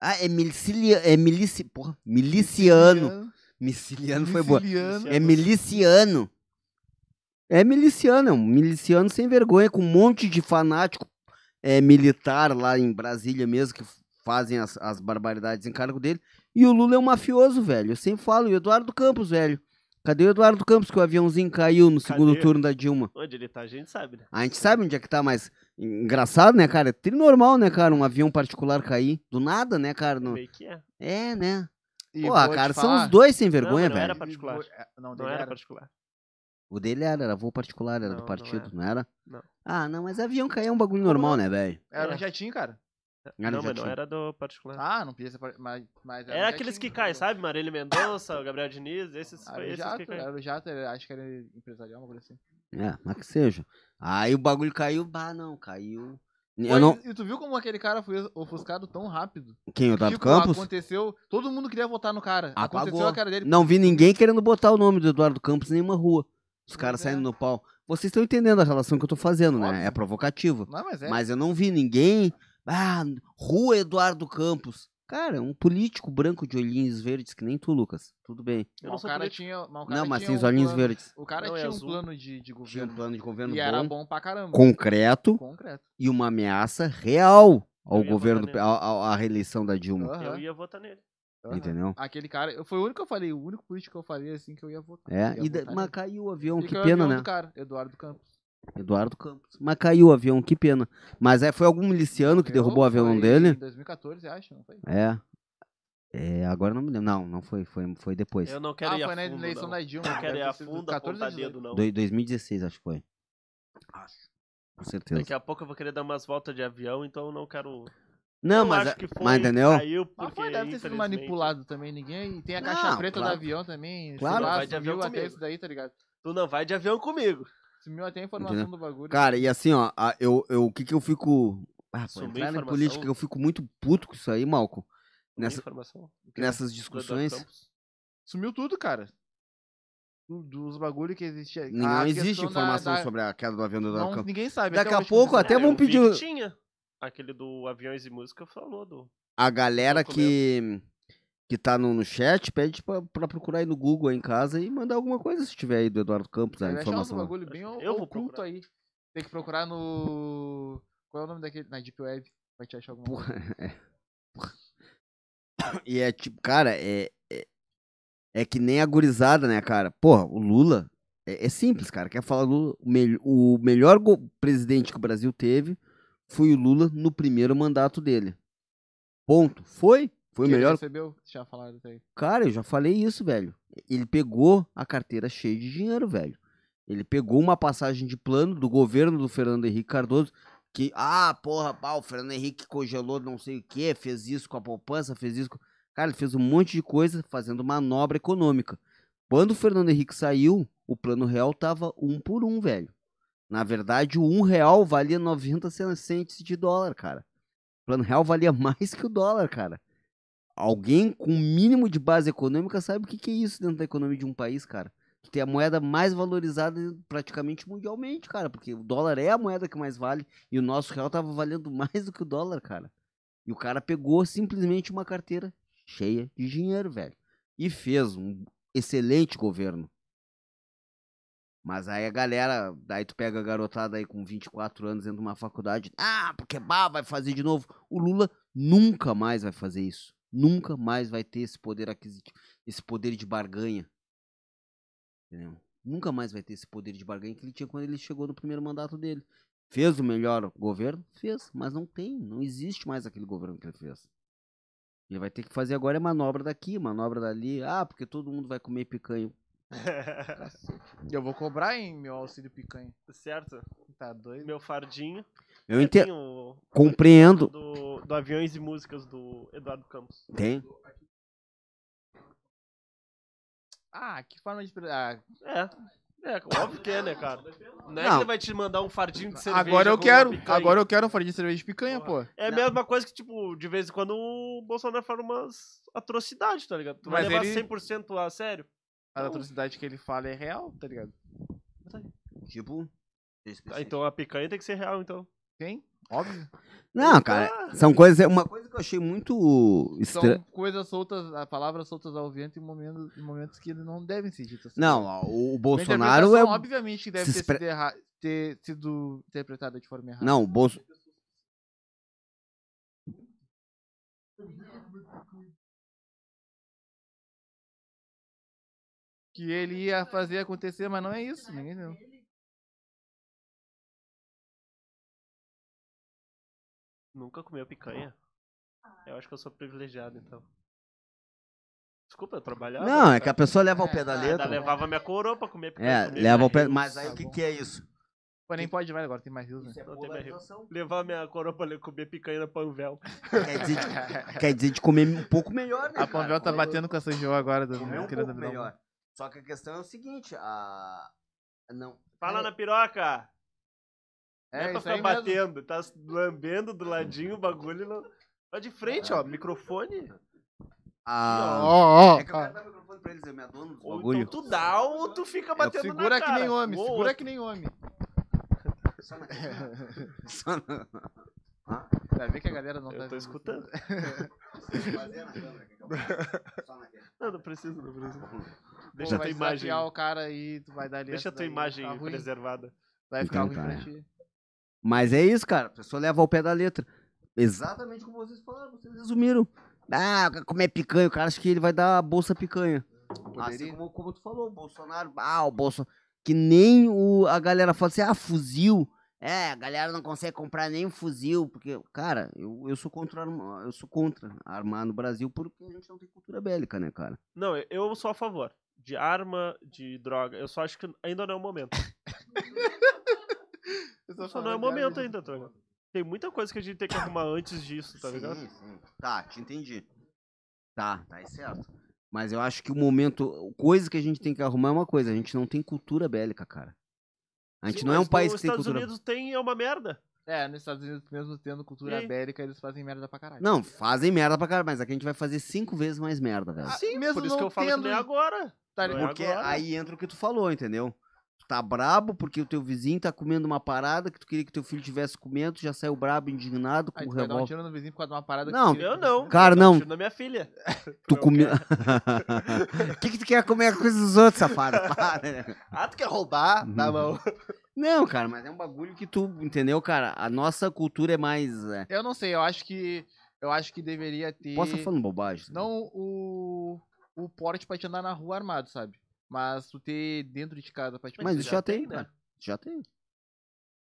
Ah, é miliciano. É milici, porra, miliciano. Miliciano foi boa.
Siciliano.
É miliciano. É miliciano, é um miliciano sem vergonha, com um monte de fanático é, militar lá em Brasília mesmo, que fazem as, as barbaridades em cargo dele. E o Lula é um mafioso, velho. Eu sempre falo, e o Eduardo Campos, velho. Cadê o Eduardo Campos que o aviãozinho caiu no segundo
Cadê?
turno da Dilma?
Onde ele tá, a gente sabe, né?
A gente sabe onde é que tá, mas engraçado, né, cara? É trinormal, né, cara? Um avião particular cair do nada, né, cara? No-
Meio que é.
É, né?
E
Pô,
vou te
cara, são
falar-
os dois sem
não
vergonha,
era
velho.
Era particular.
Ah, Não,
Não
dele
era
era.
particular.
O dele era, era voo particular, era
Não,
do
não
partido,
é.
era.
não era?
Não.
Ah, não, mas avião cair é um bagulho normal, né, velho?
Era
É.
um jatinho, cara.
Era
não,
um
mas não
jatinho.
era do particular.
Ah, não podia ser. par- Mas, mas
era aqueles que caem, sabe? Marília Mendonça, o Gabriel Diniz, esses,
Era
foi
o
esses
jato,
que caem.
era o jato, era- acho que era empresarial, uma coisa assim.
É, mas que seja. Aí o bagulho caiu, bah, não, caiu. Eu
Mas
não...
E tu viu como aquele cara foi ofuscado tão rápido?
Quem, o Eduardo
tipo,
Campos? Ah,
aconteceu. Todo mundo queria votar no cara.
Apagou.
Aconteceu a cara dele.
Não vi ninguém querendo botar o nome do Eduardo Campos em nenhuma rua. Os caras
Pois é.
saindo no pau. Vocês estão entendendo a relação que eu tô fazendo, né?
Óbvio.
É provocativo.
Não, mas é.
Mas eu não vi ninguém Ah, Rua Eduardo Campos. Cara, um político branco de olhinhos verdes, que nem tu, Lucas. Tudo bem.
Eu
Mas
não
o
sou
cara
político.
tinha. Mas o cara
Não, mas
tinha
tem os
um
olhinhos
plano-
verdes.
O cara
Não, é
tinha um
azul.
plano de, de
Tinha um
governo.
plano de governo
e era
bom,
bom pra caramba.
concreto
Concreto.
e uma ameaça real ao
Eu ia
governo,
votar nele.
ao- ao- à reeleição da Dilma.
Aham,
Eu ia votar nele.
aham.
Entendeu?
Aquele cara. eu- Foi o único que eu falei, o único político que eu falei assim que eu ia votar.
É,
Eu
e
ia
da-
votar
mas
nele.
caiu o avião,
E
que
foi o
pena,
avião
né?
do cara, Eduardo Campos.
Eduardo Campos. Mas caiu o avião, que pena. Mas é, foi algum miliciano que derrubou o avião
Foi Em
dele?
2014, acho, não foi?
É. É, agora não me lembro. Não, não foi, foi, foi depois.
Eu não quero
ah,
ir a
foi na
fundo,
eleição
não.
da Dilma.
Não quero
deve
ir
ter
a
sido
fundo,
14,
apontar
18.
dedo, não.
Doi- 2016, acho que foi. Acho. Com certeza.
Daqui a pouco eu vou querer dar umas voltas de avião, então eu não quero.
Não,
eu
mas, é,
acho que foi,
mas entendeu?
Caiu porque,
Mas foi, deve ter sido
infelizmente,
manipulado também, ninguém. E tem a caixa
Não,
preta
claro.
do avião também. sei
Claro.
lá,
Vai de
sumiu
avião
até
comigo.
isso daí, tá ligado?
Tu não vai de avião comigo.
Sumiu até a informação do
Entendeu?
bagulho.
Cara, e assim, ó, a- eu, eu, o que que eu fico. Ah, pô,
Sumiu
entrar na
informação?
política, eu fico muito puto com isso aí, Malco.
Minha
Nessa-
informação.
nessas
Do Eduardo
discussões.
Campos.
Sumiu tudo, cara. Do- Dos bagulho que existia.
Não
A
existe
questão da-
informação
da-
sobre a queda do avião do
não,
Eduardo Campos.
Ninguém sabe.
Daqui
até
a
hoje,
pouco
ninguém
até
Ah,
sabe. É,
eu
vão
vi
pedir-
que Tinha. Aquele do Aviões e Música falou
[laughs]
do.
A galera
Documento.
que, que tá no, no chat pede pra, pra procurar aí no Google aí em casa e mandar alguma coisa se tiver aí do Eduardo Campos, a
Deve achar uns
informação. lá.
um bagulho bem
Acho-
o-
eu vou
oculto
procurar.
aí. Tem que procurar no. Qual é o nome daquele? Na Deep Web. Vai te achar alguma coisa.
Porra, [laughs] é. Porra. E é tipo, cara, é, é, é que nem a gurizada, né, cara? Porra, o Lula é, é simples, cara. Quer falar Lula? O, mel- o melhor go- presidente que o Brasil teve foi o Lula no primeiro mandato dele. Ponto. Foi? Foi o
Que ele
melhor.
Recebeu? Já falaram isso aí.
Cara, eu já falei isso, velho. Ele pegou a carteira cheia de dinheiro, velho. Ele pegou uma passagem de plano do governo do Fernando Henrique Cardoso, que, ah, porra, pá, o Fernando Henrique congelou não sei o quê, fez isso com a poupança, fez isso. com- Cara, ele fez um monte de coisa fazendo manobra econômica. Quando o Fernando Henrique saiu, o plano real tava um por um, velho. Na verdade, o um real valia 90 centos de dólar, cara. O plano real valia [laughs] mais que o dólar, cara. Alguém com o mínimo de base econômica sabe o que, que é isso dentro da economia de um país, cara. Que tem a moeda mais valorizada praticamente mundialmente, cara. Porque o dólar é a moeda que mais vale e o nosso real tava valendo [laughs] mais do que o dólar, cara. E o cara pegou simplesmente uma carteira cheia de dinheiro, velho. E fez um excelente governo. Mas aí a galera, daí tu pega a garotada aí com 24 anos dentro de uma faculdade, ah, porque bah, vai fazer de novo. O Lula nunca mais vai fazer isso. Nunca mais vai ter esse poder aquisitivo, esse poder de barganha. Entendeu? Nunca mais vai ter esse poder de barganha que ele tinha quando ele chegou no primeiro mandato dele. Fez o melhor governo? Fez, mas não tem, não existe mais aquele governo que ele fez. Ele vai ter que fazer agora é manobra daqui, manobra dali. Ah, porque todo mundo vai comer picanha.
Eu vou cobrar, hein, meu auxílio picanha.
certo?
Tá doido?
Meu fardinho. É,
Eu entendo,
Tem o-
compreendo.
do, do Aviões e Músicas do Eduardo Campos.
Tem?
Ah, que forma de. pre- Ah,
É. É, óbvio que é, né, cara? Não é
Não.
que ele vai te mandar um fardinho de cerveja.
agora eu
com
quero.
uma picanha.
Agora eu quero um farinha de cerveja de picanha, pô.
É a
Não.
mesma coisa que, tipo, de vez em quando o Bolsonaro fala umas atrocidades, tá ligado? Tu vai
Mas
levar
ele-
100% a sério?
A atrocidade que ele fala é real, tá ligado?
Tipo.
Tá, então a picanha tem que ser real, então.
Tem? Óbvio.
Não, cara, são coisas. é Uma coisa que eu achei muito
São
estranha.
coisas soltas, ah, palavras soltas ao vento em momentos, em momentos que não devem ser ditas. tá
Não, ó, o o
Na
Bolsonaro
interpretação,
é.
Obviamente que deve
se
ter,
expre-
sido erra- ter sido interpretada de forma errada.
Não, o Bolso.
Que ele ia fazer acontecer, mas não é isso. Ninguém entendeu.
Nunca comeu picanha? Eu acho que eu sou privilegiado, então. Desculpa, eu trabalhava.
Não,
né,
é que a
cara?
pessoa leva ao pé
É,
da
é,
Ainda
letra.
levava minha coroa pra comer picanha.
É,
comigo,
leva ao
né?
pé.
Rios.
Mas aí o que, que é isso?
Pô, nem pode mais agora, tem
[laughs]
mais rios, né?
Não Então, tem mais rio. [laughs] Levar minha coroa pra le- comer picanha na Panvel.
Quer dizer, de, quer dizer de comer um pouco melhor, né?
A Panvel tá
cara?
batendo com a Sanjo agora,
é
do,
Comer um
querendo
pouco
virar um-
melhor. Só que a questão é o seguinte: a. Não.
Fala
É.
na piroca! Não
É,
é pra
isso aí
ficar
mesmo.
batendo, tá lambendo do ladinho o bagulho. e Não... Tá de frente,
É.
ó, microfone.
A...
Ó, ó,
É que eu
tá
ó.
quero dar o microfone pra eles, eu me adono é dos
Ou
bagulho.
então tu dá ou tu fica batendo
É, Segura
na
que
cara.
nem homem,
Ou
segura que nem homem.
Só na- Só na- Hã?
Pra ver que a galera não
Eu
tá
tô
vendo.
escutando.
Fazer na câmera, que eu quero. Só na câmera.
Não, não precisa, não precisa.
Pô,
Deixa a
vai
tua imagem.
desafiar o cara aí, tu vai dar ali
Deixa a
essa
tua
daí,
imagem
vai ficar ruim,
preservada.
Vai ficar
Então
ruim
tá.
pra ti.
Mas é isso, cara. A pessoa leva ao pé da letra. Exatamente como vocês falaram, vocês resumiram. Ah, comer picanha, o cara acha que ele vai dar a bolsa picanha. Assim
Poderia?
como, como tu falou, o Bolsonaro. Ah, o Bolsonaro. Que nem o, a galera fala assim, ah, fuzil. É, a galera não consegue comprar nem um fuzil. Porque, cara, eu, eu sou contra arma- eu sou contra armar no Brasil porque a gente não tem cultura bélica, né, cara?
Não, eu- eu sou a favor. De arma, de droga. Eu só acho que ainda não é o momento.
Eu tô
Só
falando
não é o
de
momento
algo-
ainda, tá ligado? Tem muita coisa que a gente tem que arrumar antes disso, tá ligado?
Sim, sim. Tá, te entendi. Tá, tá aí certo. Mas eu acho que o momento. Coisa que a gente tem que arrumar é uma coisa. A gente não tem cultura bélica, cara. A gente
Sim,
não é um
mas
país
Os
que tem
Estados
cultura.
Unidos tem é uma merda.
É, nos Estados Unidos, mesmo tendo cultura
E?
bélica, eles fazem merda pra caralho.
Não, fazem merda pra caralho, mas aqui a gente vai fazer cinco vezes mais merda, velho.
Ah,
Sim,
mesmo
por isso que
não
eu falo que
tendo-
não é agora.
Tá
não é
ligado?
porque
agora.
aí entra o que tu falou, entendeu? Tu tá brabo porque o teu vizinho tá comendo uma parada que tu queria que teu filho tivesse comendo, tu já saiu brabo, indignado, com
Aí
o
tu vai dar um
revólver.
tiro no vizinho por causa de uma parada
Não,
que...
Eu não.
Cara,
Eu dou um
não.
tiro Na minha filha.
Tu
Eu
comeu.
quero.
O [laughs] que, que tu quer comer com coisa dos outros, safado? Para, né? Uhum.
Ah, tu quer roubar? Tá bom.
Não, cara, mas é um bagulho que tu, entendeu, cara? A nossa cultura é mais. É...
Eu não sei, eu acho que... Eu acho que deveria ter...
Posso estar falando bobagem?
Não o... O porte pra te andar na rua armado, sabe? Mas tu ter dentro de casa pra te
Mas
proteger.
isso já tem,
né?
cara. Já tem.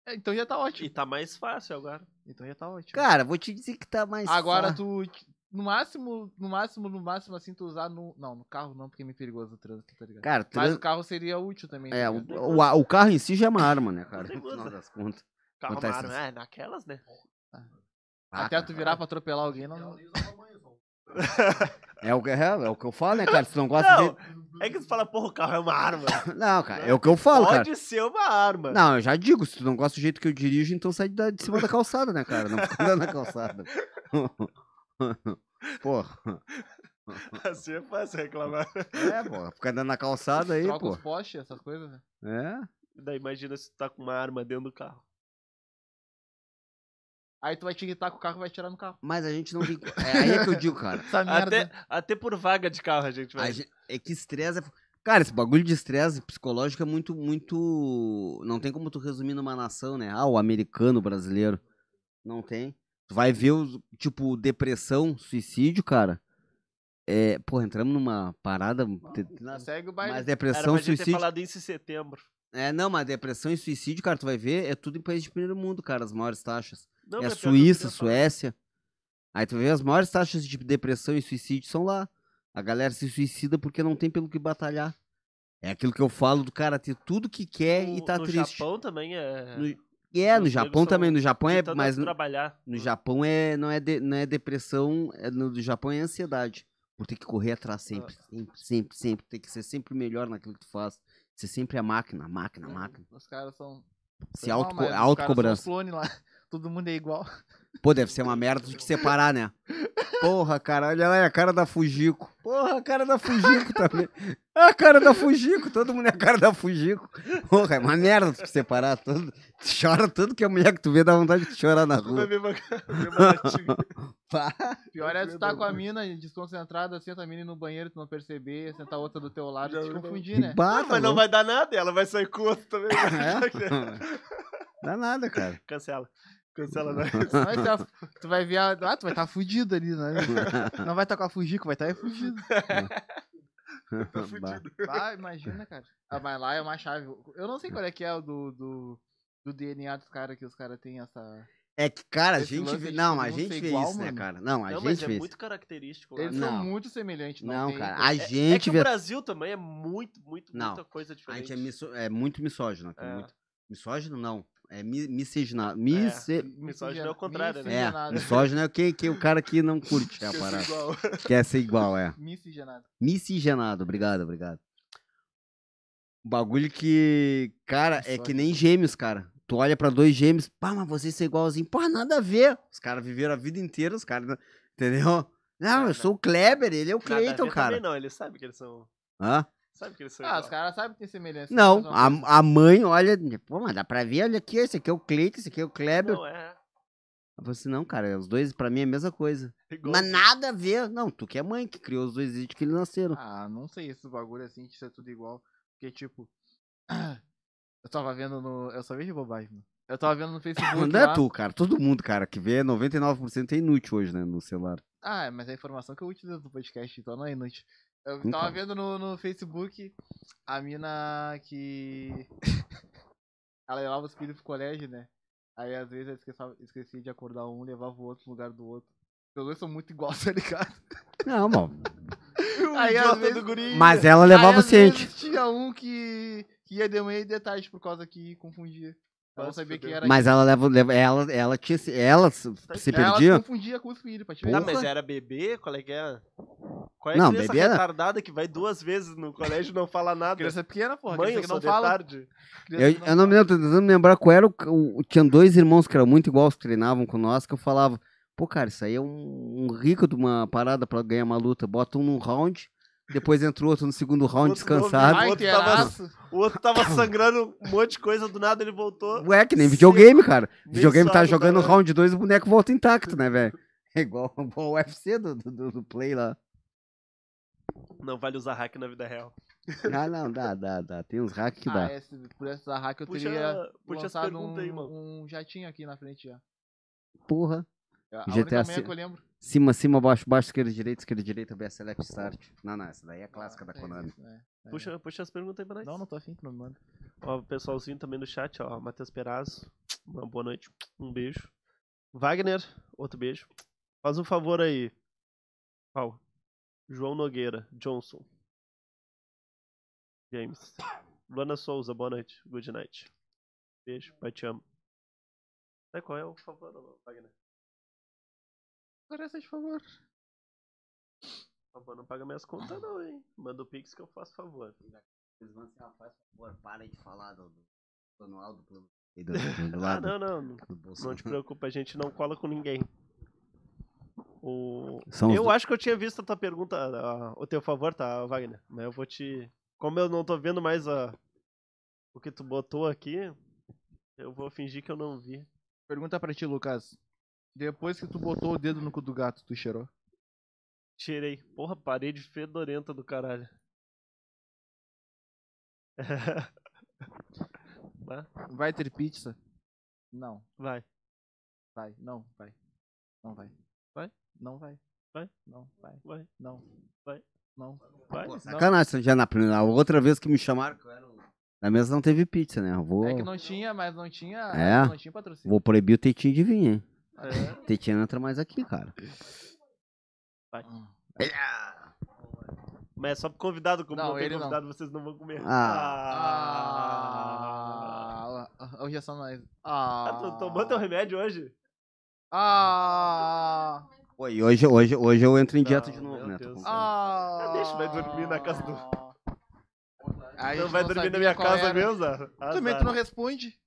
É, Então já tá
E
ótimo.
tá mais fácil agora.
Então já tá ótimo.
Cara, vou te dizer que tá mais.
Agora
fácil.
tu... No máximo, no máximo, no máximo, assim, tu usar no... Não, no carro não, porque é meio perigoso o trânsito, tá ligado?
Cara,
Mas
trans...
o carro seria útil também. tá
é, o,
ligado?
o, a- o carro em si já é uma arma, né, cara?
tem
No final
coisa.
das contas.
Carro
Acontece
amarelo,
isso.
é, naquelas, né?
Ah,
Até
cara,
tu virar pra atropelar alguém, não- não...
É o, que, é, é o que eu falo, né, cara? Se tu não gosta
Não, é que tu fala, porra, o carro é uma arma.
de. Não, cara, é o que eu falo, cara.
Pode ser uma arma.
Não, eu já digo, se tu não gosta do jeito que eu dirijo, então sai da- de cima da calçada, né, cara? Não fica andando na calçada. [laughs] Porra.
[laughs] Assim é fácil reclamar.
É, pô. Fica andando na calçada aí,
Troca
pô.
os postes, essas coisas, né?
É.
Daí imagina se tu tá com uma arma dentro do carro.
Aí tu vai te irritar com o carro e vai tirar no carro.
Mas a gente não tem. É aí é que eu digo, [laughs] cara.
Essa merda.
Até, até por vaga de carro a gente vai.
A gen- É que estresse é. f- Cara, esse bagulho de estresse psicológico é muito, muito. Não tem como tu resumir numa nação, né? Ah, o americano, o brasileiro. Não tem. Tu vai ver, os, tipo, depressão, suicídio, cara. É, pô, entramos numa parada. te-
Segue o baile.
Mas é
Era
depressão,
pra gente ter
suicídio.
falado isso em setembro.
É, não, mas depressão e suicídio, cara, tu vai ver, é tudo em país de primeiro mundo, cara, as maiores taxas.
Não,
é
mas pior que eu
Suíça,
queria falar.
Suécia. Aí tu vê as maiores taxas de depressão e suicídio são lá. A galera se suicida porque não tem pelo que batalhar. É aquilo que eu falo do cara ter tudo que quer e
No-
tá
no
triste.
Japão também é.
No- e é, no
os
Japão
negros
também,
são
no Japão é,
tentando
mas no,
trabalhar. [laughs]
no Japão é não é de- não é depressão, é, no do Japão é ansiedade. Por ter que correr atrás sempre,
Ah.
sempre, sempre, sempre, ter que ser sempre melhor naquilo que tu faz. Ser sempre a máquina, a máquina, a máquina.
Hum, Os caras são.
Se
É. Não,
auto,
mas os caras
autocobrança.
são os clone lá. [laughs] Todo mundo é igual.
Pô, deve ser uma merda de que
[laughs]
separar, né? Porra, cara, olha lá, é a cara da Fujico. Porra, a cara da Fujico também. É a cara da Fujico, todo mundo é a cara da Fujico. Porra, é uma merda tu separar. Todo... Tu chora tudo que a mulher que tu vê dá vontade de chorar na
Tudo é a
rua.
mesma- a
[laughs]
mesma latinha.
Pá. Ah,
Pior é tu tá com a mina desconcentrada, senta a mina no banheiro, tu não perceber, senta a outra do teu lado,
Já
te
não-
confundir, né?
Bah,
Não, mas não vai dar nada, ela vai sair com outro também.
tá [laughs] É? Dá
[laughs]
nada, cara.
[laughs] Cancela. Cancela, né?
Mas tu vai- tá, tu vai ver a... Ah, tu vai tá fudido ali,
[laughs]
né? Não vai tá com a Fujico, vai tá é fudido.
Tô Tá fudido.
Ah, imagina, cara. Ah, mas lá é uma chave. Eu não sei qual é que é o do, do, do DNA dos caras, que os caras têm essa...
É que, cara, a
Esse
gente
lance
vê.
de
Não,
todo
a
mundo
gente
ser
vê
igual,
isso, né,
mano.
cara? Não, a
Não, mas
gente
é
vê isso.
muito característico.
Eles
Né?
Não.
são muito semelhantes. Não,
Não,
tem-
cara, a
É- é
gente
que
vê.
o Brasil também é muito, muito,
Não.
muita coisa
A
diferente.
gente é, miso- é muito misógino, cara.
É.
Muito... Misógino não. É mi- miscigenado. Mice...
Misógino é o contrário, né?
É,
Miscigenado.
misógino é o que, que o cara que não curte né, a é parada.
é Igual.
Quer ser igual, é.
Miscigenado.
Miscigenado, obrigado, obrigado. O bagulho que, cara, é que nem gêmeos, cara. Tu olha pra dois gêmeos, pá, mas vocês são igualzinhos. Pá, nada a ver. Os caras viveram a vida inteira, os caras, não- entendeu? Não, eu sou o Kleber, ele é o
Nada a ver
Cleiton, cara.
Também não, eles sabem que eles são.
Hã?
Sabe que eles são.
Ah,
Tá igual.
os caras sabem que tem semelhança.
Não, ah.
mas
assim.
a, a mãe olha, pô, mas dá pra ver, olha aqui, esse aqui é o Cleiton, esse aqui é o Kleber.
Não, é.
Eu falei assim, não, cara, os dois pra mim é a mesma coisa.
Igual-
Mas nada a ver. Não, tu que é mãe que criou os dois desde que eles nasceram.
Ah, não sei esse bagulho assim, de ser tudo igual. Porque, tipo. [clears throat] Eu tava vendo no. Eu só vejo bobagem, mano. Eu tava
[laughs]
vendo no Facebook.
não é
lá.
tu, cara. Todo mundo, cara, que vê 99% é inútil hoje, né, no celular.
Ah, mas é a informação que eu utilizo no podcast, então não é inútil. Eu
Então.
tava vendo no, no Facebook a mina
[laughs]
que. Ela levava os filhos pro colégio, né? Aí às vezes eu esqueçava- esquecia de acordar um, levava o outro no lugar do outro. Os dois são muito iguais,
[laughs]
tá ligado?
Não, bom.
O
Aí, às
idiota
vezes-
do guri.
Mas ela levava
Aí,
o
às vezes,
ciente.
Tinha um que, que ia de manhã e de tarde por causa que confundia. Ela não
Nossa,
sabia quem
fudeu.
era
Mas ela leva, leva- ela, ela tinha, se- ela se se
quem. Ela
perdia?
confundia com os filhos, pra te ver.
Tá,
Porra.
mas era bebê? Qual é que é? Qual é a
Não,
criança
bebê era-
retardada que vai duas vezes no colégio e não fala nada?
Criança pequena, porra.
Mãe,
criança
eu
que
sou
não
de
fala.
tarde.
criança
Eu,
que
eu não me
fala.
lembro, tô tentando me lembrar qual era o, o- Tinha dois irmãos que eram muito iguais, que treinavam com nós, que eu falava, pô, cara, isso aí é um, um rico de uma parada pra ganhar uma luta. Bota um num round, depois entra outro no segundo round
Outro
descansado.
novinho.
Ai, assim.
outro tava-
inteiraço.
O outro
[coughs]
tava sangrando um monte de coisa, do nada ele voltou.
Ué, que nem
Sim.
videogame, cara.
bem
Videogame tá
suado,
jogando
cara.
round 2 e o boneco volta intacto, né, velho? [laughs] É igual, igual o UFC do, do, do- do Play lá.
Não vale usar hack na vida real.
Ah, não, dá, dá, dá. Tem uns hacks que
Ah,
dá.
é, se pudesse dar hack, eu
Puxa,
teria
puxa as
lançado
perguntas aí,
um-
mano.
um jatinho aqui na frente já.
Porra.
É A
GTA
única manhã
C.
que eu lembro.
Cima, cima, baixo, baixo, esquerda, direita, esquerda, direita, B, select, start. Não, não, essa daí é clássica da
É,
Konami.
é, é.
Puxa, puxa as perguntas aí pra nós.
Não, não tô afim, tu não me manda.
Ó, o pessoalzinho também no chat, ó. Matheus Perazzo, uma boa noite, um beijo. Wagner, outro beijo. Faz um favor aí. Qual? João Nogueira, Johnson. James. Luana Souza, boa noite. Good night. Beijo, pai, te amo. Sabe qual é o favor, ô, Wagner?
Agora, de favor.
Por favor, não paga minhas contas não, hein? Manda o Pix que eu faço favor.
Eles vão assim, ó, faz favor, para de falar do, do manual do plano. E do, do
Ah,
lado
não, não.
do
Não
Bolsonaro.
te preocupa, a gente não cola com ninguém. O...
São Então, os
Eu
do-
acho que eu tinha visto a tua pergunta, a- a- o teu favor, tá, Wagner? Mas eu vou te. Como eu não tô vendo mais a... o que tu botou aqui, eu vou fingir que eu não vi.
Pergunta pra ti, Lucas. Depois que tu botou o dedo no cu do gato, tu cheirou?
Tirei. Porra, parede fedorenta do caralho. [laughs] Mas,
Vai ter pizza? Não,
Vai.
vai, não, vai. Não vai.
Vai?
Não vai.
Vai?
Não, vai.
Vai.
Não.
Vai.
Não.
Vai.
Pô,
Não.
sacanagem, já na primeira, na outra vez que me chamaram, que eu era o- na mesa não teve pizza, né? Eu vou,
É que não tinha, mas não tinha.
É?
Não tinha patrocínio.
vou proibir o Tetinho de vir, hein?
É.
Tetinho não entra mais aqui, cara.
[laughs]
Ah.
Mas é só pro convidado, como
Não,
não, tem
ele não.
convidado, vocês não vão comer. Ah.
Ah, hoje é só nós.
Ah,
Ah,
tu tomou teu remédio hoje?
Ah,
Pô, e hoje, hoje, hoje eu entro em
Não,
dieta de novo,
meu
né? Tô
Deus
com-
do céu.
ah.
Ah, deixa, vai dormir na casa do-
A gente
não vai dormir na
sabia
minha
qual
casa
era.
mesmo? Ah, Azar.
Também tu não responde.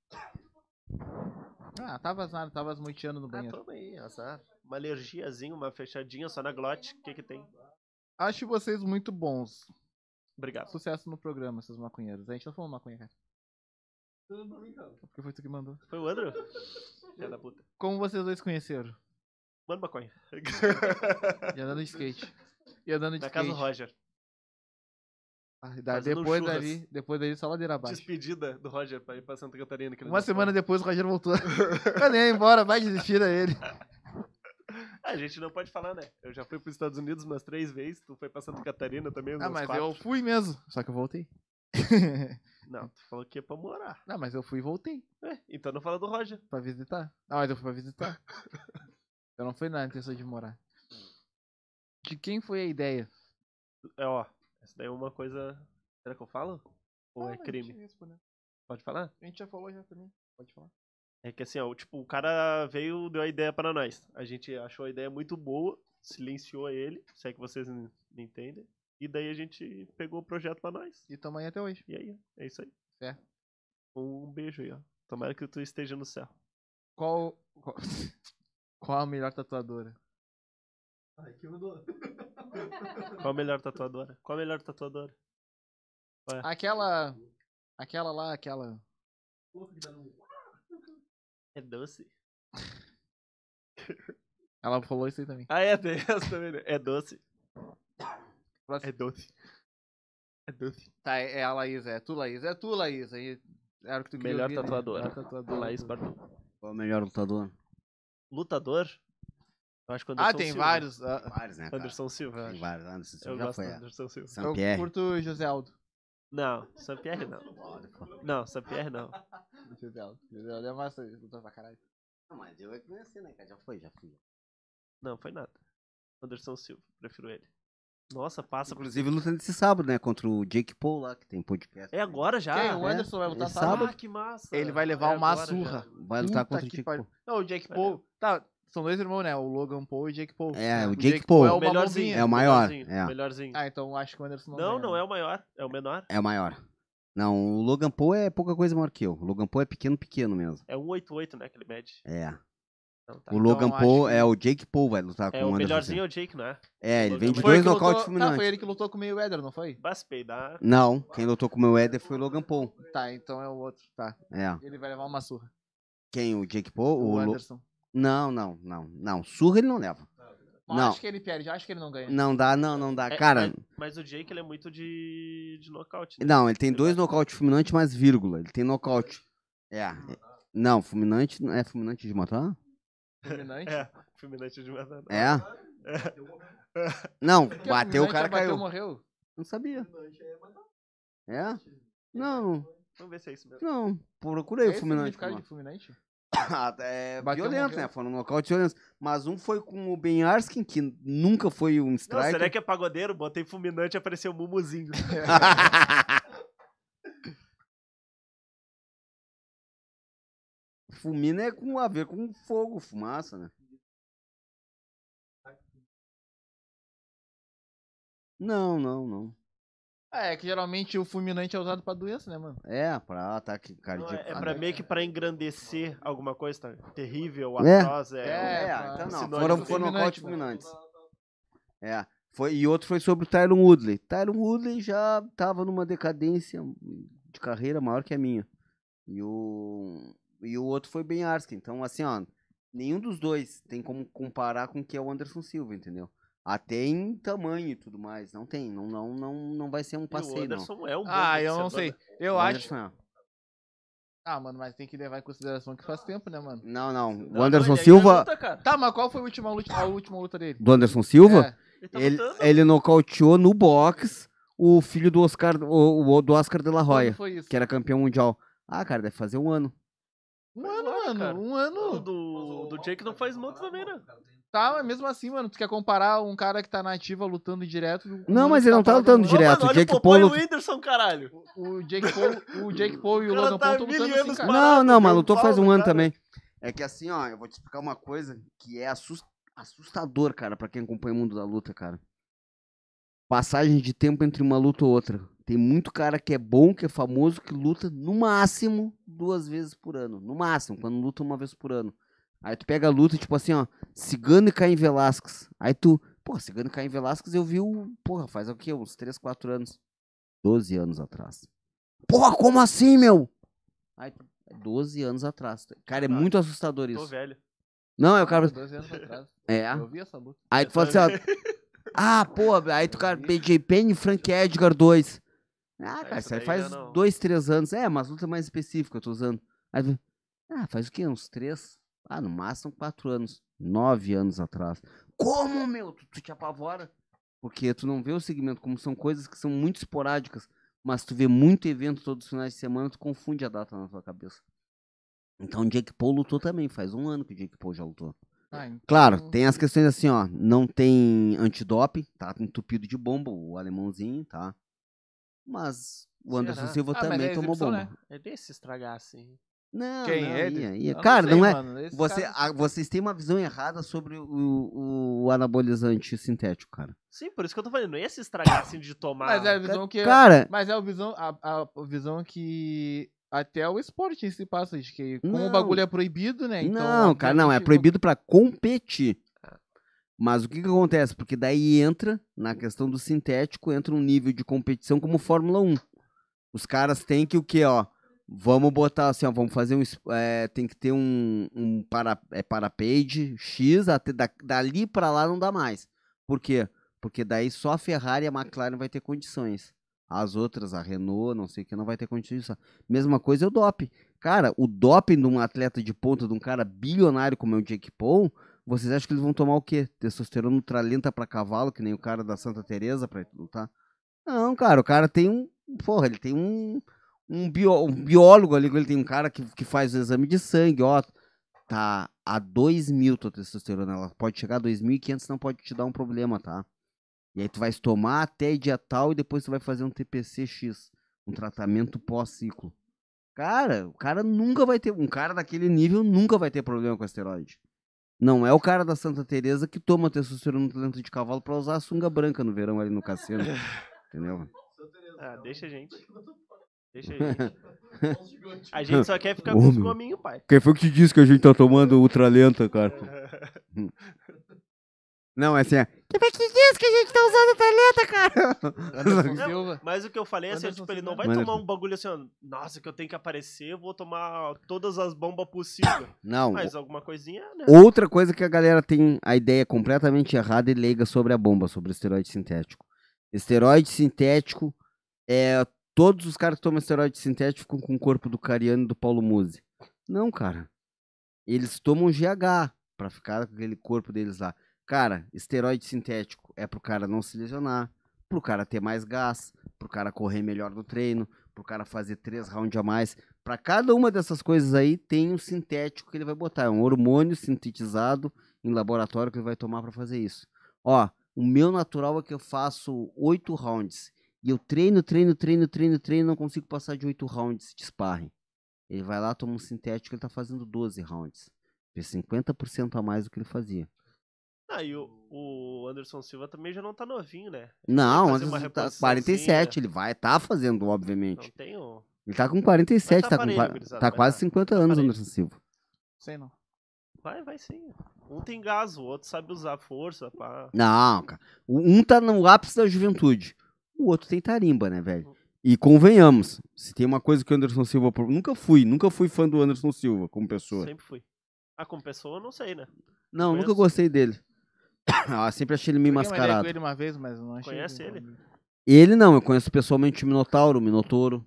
Ah, tá vazado, tava esmoiteando no
Ah,
banheiro.
toma aí, azar. Uma alergiazinha, uma fechadinha só na glote. O que que tem?
Acho vocês muito bons.
Obrigado.
Sucesso no programa, seus maconheiros. A gente tá falando maconha, cara. Porque foi tu que mandou.
Foi o Andrew? Filha da puta.
Como vocês dois conheceram?
Mano,
[laughs]
maconha.
E andando de skate. E andando de
na
skate.
casa do Roger.
Ah, e da-
fazendo
depois
churras.
dali, depois dali, só ladeira abaixo.
Despedida do Roger pra ir pra Santa Catarina. que ele
Uma
não foi.
semana depois o Roger voltou. [laughs] Eu nem ia embora, vai desistir a ele.
Ah, A gente não pode falar, né? Eu já fui pros Estados Unidos umas três vezes. Tu foi pra Santa Catarina também umas
Ah, mas
quatro.
eu fui mesmo. Só que eu voltei. [laughs]
Não, tu falou que é pra morar.
Não, mas eu fui e voltei
É, então não fala do Roger.
pra visitar. Ah, mas eu fui pra visitar. eu não fui na intenção de morar. De quem foi a ideia?
É, ó. Essa daí é uma coisa... Será que eu falo?
Ah,
Ou é crime? Pode falar?
né? A gente já falou já também. Pode falar.
É que assim, ó, tipo, o cara veio, deu a ideia pra nós. A gente achou a ideia muito boa, silenciou ele, se é que vocês me entendem. E daí a gente pegou o projeto pra nós.
E tamo aí até hoje.
E aí, é isso aí.
É.
Um beijo aí, ó. Tomara que tu esteja no céu.
Qual. Qual, [laughs] qual a melhor tatuadora?
Qual a melhor tatuadora? Qual a melhor tatuadora?
Aquela. Aquela lá, aquela.
É doce.
Ela falou isso aí também.
Ah, é, [laughs] tem essa também. né? É doce.
Próximo.
É doce. É doce.
Tá, é a Laís, é tu, Laís. É tu, Laís. Aí, era o que tu queria
Melhor
ouvir, né?
tatuadora.
Melhor tatuadora.
Laís Bartol.
Qual é o melhor lutador?
Lutador? Eu acho que o Anderson
Ah, tem
Silva.
vários. ah,
Vários, né? cara?
Anderson Silva, eu
Tem
acho.
vários. Anderson
Eu
Silva já
gosto
foi.
do
é.
Anderson Silva.
São
Eu
Pierre.
curto o José Aldo.
Não, Sampierre não. Não, Sampierre não.
José Aldo. José Aldo é massa, ele luta pra caralho.
Não, mas eu é que conheci, né, cara? Já foi, já fui.
Não, foi nada. Anderson Silva, prefiro ele. Nossa, passa. por-
Inclusive lutando esse sábado, né? Contra o Jake Paul lá, que tem podcast.
É agora já?
Quem? O Anderson vai
é
lutar
sábado.
Ah, que massa.
Ah, Ele vai levar
É
uma
agora já.
surra.
Vai
Puta
lutar contra o
que
Jake
pariu.
Paul.
Não, o Jake Paul. Tá, são dois irmãos, né? O Logan Paul e o Jake Paul.
É, o
O
Jake Paul.
é
O
o uma
melhorzinho.
bombinha.
É o maior,
Melhorzinho.
é.
melhorzinho.
Ah, então acho que o Anderson não
Não,
ganha,
não
né?
é o maior, é o menor.
É o maior. Não, o Logan Paul é pouca coisa maior que eu. O Logan Paul é pequeno, pequeno mesmo.
É 188, né, que ele mede.
É.
Então, tá.
o Logan
eu acho
Paul
que-
é o Jake Paul, vai lutar
É,
com o
o
Anderson.
melhorzinho
Silva.
é o Jake, né?
É, ele vem de
Foi
dois
que
nocaute
lutou... Tá,
fulminantes.
foi ele que lutou com o meio Eder, não foi?
Vai se peidar.
Não, quem lutou com o meu Éder foi o Logan Paul.
Tá, então é o outro. Tá.
É.
Ele vai levar uma surra.
Quem? O Jake Paul?
O,
O Lo-
Anderson.
Não, não, não, não. Surra ele não leva.
Mas
Não.
acho que ele perde, acho que ele não ganha.
Não dá, não, não dá.
É,
Ah, Cara,
mas, mas o Jake, ele é muito de, de nocaute. né?
não, ele tem dois nocaute fulminante mais vírgula. Ele tem nocaute. É. é- Não, fulminante não é fulminante de matar?
Dominante.
É, fulminante de matar.
É. Não,
Porque
bateu, o
dominante
cara
é bateu,
caiu.
morreu.
Não sabia. É? Não,
Vamos ver se é isso mesmo.
não. Procura aí o
Esse
fulminante.
significado
[laughs] mano.
É de fulminante?
Ah, é
Bateu,
violento,
morreu.
né? Foram nocaute violentos. Mas um foi com o Ben Arskin, que nunca foi um
Não,
strike.
será que é pagodeiro? Botei fulminante e apareceu o Mumuzinho.
[laughs] Fumina é com a ver com fogo, fumaça, né? Não, não, não.
É, que geralmente o fulminante é usado pra doença, né, mano?
É, pra ataque
Não,
cardíaco. Ah,
é, é pra meio que pra engrandecer alguma coisa tá? terrível,
É.
atroz. É.
É.
É, então não.
sinônimo
Foram,
do
foram
fulminante, né?
nocaute fulminantes. É. Foi, e outro foi sobre o Tyron Woodley. Tyron Woodley já tava numa decadência de carreira maior que a minha. E o, e o outro foi Ben Arskin. Então, assim, ó, nenhum dos dois tem como comparar com o que é o Anderson Silva, entendeu? Até em tamanho e tudo mais. Não tem. Não, não, não, não vai ser um
E o
passeio, não.
Anderson é um bom
Ah, eu não
vencedor,
sei.
né?
Eu
O
acho.
Anderson é-
Ah, mano, mas tem que levar em consideração que faz tempo, né, mano?
Não, não.
Não,
O Anderson
ele ainda
Silva.
luta, cara.
Tá, mas qual foi a última luta, a última luta dele?
Do Anderson Silva?
É.
Ele tá
Ele,
lutando.
ele nocauteou no box o filho do Oscar, o, o- do Oscar de la
Quando
Hoya,
foi isso?
que é era campeão mundial. Ah, cara, deve fazer um ano.
Um ano,
Agora,
mano.
cara.
Um
O
ano.
do, do Jake não faz muito também, né?
Tá, mas mesmo assim, mano, tu quer comparar um cara que tá na ativa lutando direto. com um
Não, mas
que
ele não tá
parado
lutando
no-
direto.
Ô, mano, olha
Jake
o Popó e o
Paul luta-
Whindersson, caralho.
O Jake Paul, o Jake Paul e o
O cara
Logan
tá
Paul estão
mil
lutando
anos
assim, cara.
parado.
não, não, mas
deu
lutou
pau
faz
no
um ano
cara.
também. É que assim, ó, eu vou te explicar uma coisa que é assus- assustador, cara, pra quem acompanha o mundo da luta, cara. Passagem de tempo entre uma luta ou outra. Tem muito cara que é bom, que é famoso, que luta no máximo duas vezes por ano. No máximo, quando luta uma vez por ano. Aí tu pega a luta, tipo assim, ó, Cigano e Caim Velasquez. Aí tu, pô, Cigano e Caim Velasquez eu vi o, porra, faz o quê? Uns 3, 4 anos. 12 anos atrás. Porra, como assim, meu? Aí tu, 12 anos atrás. Cara, é
Caralho.
muito assustador
Tô
isso.
velho.
Não, é o cara.
12 anos atrás.
É.
Eu vi essa luta.
Aí tu fala assim, ó. Ah, pô, aí tu, cara, BJ Penn e Frank Edgar 2. Ah,
isso
cara, isso aí
daí
faz
já não.
2, 3 anos. É, mas luta mais específica eu tô usando. Aí tu, ah, faz o quê? Uns 3? Ah, no máximo 4 anos. 9 anos atrás. Como, meu? Tu, tu te apavora. Porque tu não vê o segmento, como são coisas que são muito esporádicas. Mas tu vê muito evento todos os finais de semana, tu confunde a data na tua cabeça. Então o Jake Paul lutou também, faz um ano que o Jake Paul já lutou.
Ah, então-
Claro, tem as questões assim, ó. Não tem antidoping, tá entupido de bomba, o alemãozinho, tá? Mas o Anderson
Será?
Silva
Ah, mas
também
é
tomou
exibição,
bomba.
né?
É desse se estragar assim.
Não,
Quem
não,
é?
ia,
Eu
ia. Cara,
sei,
não é.
mano, esse
Você,
cara-
a- vocês têm uma visão errada sobre o, o- o anabolizante sintético, cara.
Sim, por isso que eu tô falando. Não ia se estragar assim de tomar.
Mas é a visão que.
Cara,
Mas é a visão, a, a visão que. Até o esporte em si passa, de que como
Não.
o bagulho é proibido, né? Então,
não, cara, não, é
obviamente,
proibido pra competir.
Ah.
Mas o que que acontece? Porque daí entra, na questão do um. sintético, entra um nível de competição como Fórmula 1. Os caras têm que o quê, ó? Vamos botar assim, ó, vamos fazer um. es- é, tem que ter um, um para, é, parapage X, até da- dali pra lá não dá mais. Por quê? Porque daí só a Ferrari e a McLaren vai ter condições. As outras, a Renault, não sei o que, não vai ter condições. Mesma coisa é o doping. Cara, o doping de um atleta de ponta, de um cara bilionário como é o Jake Paul, vocês acham que eles vão tomar o quê? Testosterona ultralenta pra cavalo, que nem o cara da Santa Teresa pra lutar? Não, cara, o cara tem um. Porra, ele tem um um, bio- um biólogo ali, ele tem um cara que, que faz o exame de sangue, ó, tá a 2 mil tua testosterona, ela pode chegar a 2.500, não pode te dar um problema, tá? E aí tu vai tomar até dia tal e depois tu vai fazer um TPCX, um tratamento pós-ciclo. Cara, o cara nunca vai ter, um cara daquele nível nunca vai ter problema com esteroide. Não é o cara da Santa Teresa que toma testosterona dentro de cavalo pra usar a sunga branca no verão ali no cassino. entendeu?
Ah, deixa a gente. Deixa a gente. A gente só quer
[laughs]
ficar com os
Homem.
gominhos, pai.
Quem foi que te disse que a gente tá tomando ultralenta, cara? [laughs] Não, é assim, é. Quem foi que disse que a gente tá usando ultralenta, cara?
Anderson Silva.
Mas o que eu falei é assim,
Anderson
tipo, ele
Silva.
não vai
Anderson.
tomar um bagulho assim, ó, nossa, que eu tenho que aparecer, eu vou tomar todas as bombas possíveis.
Não,
Mas alguma coisinha, né?
outra coisa que a galera tem a ideia completamente errada e leiga sobre a bomba, sobre o esteroide sintético. Esteroide sintético é. Todos os caras que tomam esteroide sintético ficam com o corpo do Cariano e do Paulo Muzi. Não, cara. Eles tomam GH pra ficar com aquele corpo deles lá. Cara, esteroide sintético é pro cara não se lesionar, pro cara ter mais gás, pro cara correr melhor no treino, pro cara fazer três rounds a mais. Pra cada uma dessas coisas aí tem um sintético que ele vai botar, é um hormônio sintetizado em laboratório que ele vai tomar pra fazer isso. Ó, o meu natural é que eu faço oito rounds e eu treino, treino, treino, treino, treino, não consigo passar de oito rounds de sparring. Ele vai lá, toma um sintético, ele tá fazendo 12 rounds. Fez 50% a mais do que ele fazia.
Ah, e o, o Anderson Silva também já não tá novinho, né?
Não,
fazer
antes
uma
ele tá
reposiçãozinha.
47, ele vai tá fazendo,
Não
obviamente.
tem o...
Ele tá com
Mas
47, tá,
tá
com,
parelho,
qua-
gurizada,
tá
mas
quase
tá-
50
tá
anos,
parelho.
Anderson Silva.
Sei
[laughs]
não.
Vai, vai sim. Um tem gás, o outro sabe usar força, pá.
Não, cara. O- Um tá no ápice da juventude. O outro tem tarimba, né, velho? E convenhamos, se tem uma coisa que o Anderson Silva. pro- Nunca fui, nunca fui fã do Anderson Silva como pessoa.
Sempre fui. Ah, com pessoa eu não sei, né?
não, nunca
conheço. é
gostei dele. [coughs] Ah, sempre achei ele meio
Troquei uma ideia
mascarado.
com ele uma vez, mas não achei.
Conhece
Ele não, eu conheço pessoalmente o Minotauro, o Minotouro.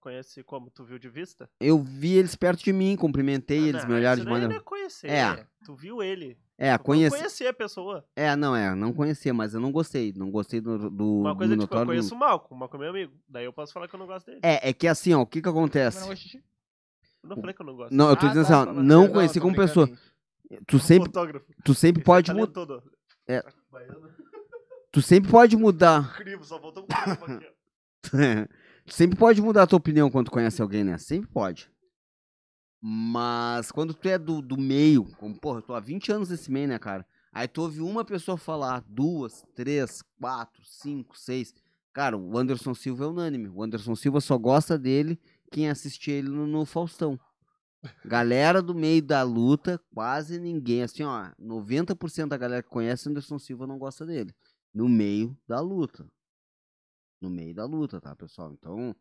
Conhece como? Tu viu de vista?
Eu vi eles perto de mim, cumprimentei
Ah,
eles,
não,
me olharam
isso
de
daí
maneira.
não é conhecer.
É.
Tu viu ele.
É,
Tu
conheci.
Não conhecia a pessoa.
É, não, é, não conhecia, mas eu não gostei. Não gostei do, do
Uma coisa é tipo, eu
Minotauro.
conheço o Malcolm, o Malcolm é meu amigo. Daí eu posso falar que eu não gosto dele.
É, é que assim, ó, o que que
Mas não
acontece?
gostei.
Eu não falei que eu não gosto.
Não, eu tô
Ah,
dizendo
tá,
assim, ó,
falando
não
sério,
conheci
tô
como
brincando
pessoa.
aí.
Tu sempre,
Fotógrafo.
tu sempre
Esse
pode
talento
mudar.
todo.
É.
Baiano,
Tu sempre pode mudar.
crivo, só faltou um crivo aqui. ó.
tu sempre pode mudar a tua opinião quando tu conhece alguém, né? Sempre pode. Mas quando tu é do, do meio, como, porra, eu tô há 20 anos nesse meio, né, cara? Aí tu ouve uma pessoa falar, duas, três, quatro, cinco, seis. Cara, o Anderson Silva é unânime. O Anderson Silva só gosta dele quem assistia ele no, no Faustão. Galera do meio da luta, quase ninguém. Assim, ó, 90% da galera que conhece o Anderson Silva não gosta dele. No meio da luta. No meio da luta, tá, pessoal? Então,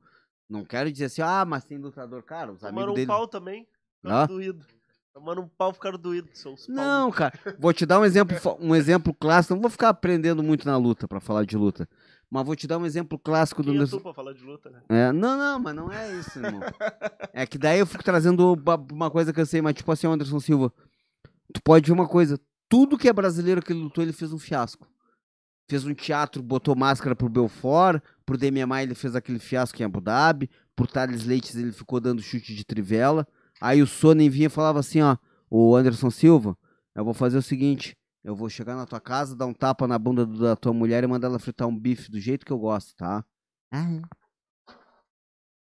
não quero dizer assim, ah, mas tem lutador. Cara, os
Tomaram
amigos
um
dele.
pau também. Ficaram
Hã?
doído. Tomaram um pau, ficaram doídos. São os pau
Não, cara. Vou te dar um exemplo, fa- um exemplo clássico. Não vou ficar aprendendo muito na luta pra falar de luta. Mas vou te dar um exemplo clássico do
Quem é
Anderson.
tu pra falar de luta, né?
É, não, não, mas não é isso, irmão. é que daí eu fico trazendo ba- uma coisa que eu sei, mas tipo assim, Anderson Silva, tu pode ver uma coisa, tudo que é brasileiro que ele lutou, ele fez um fiasco. Fez um teatro, botou máscara pro Belfort, pro DMMA ele fez aquele fiasco em Abu Dhabi, pro Thales Leites ele ficou dando chute de trivela, aí o Sonnen vinha e falava assim, ó, o Anderson Silva, eu vou fazer o seguinte, eu vou chegar na tua casa, dar um tapa na bunda do- da tua mulher e mandar ela fritar um bife do jeito que eu gosto, tá?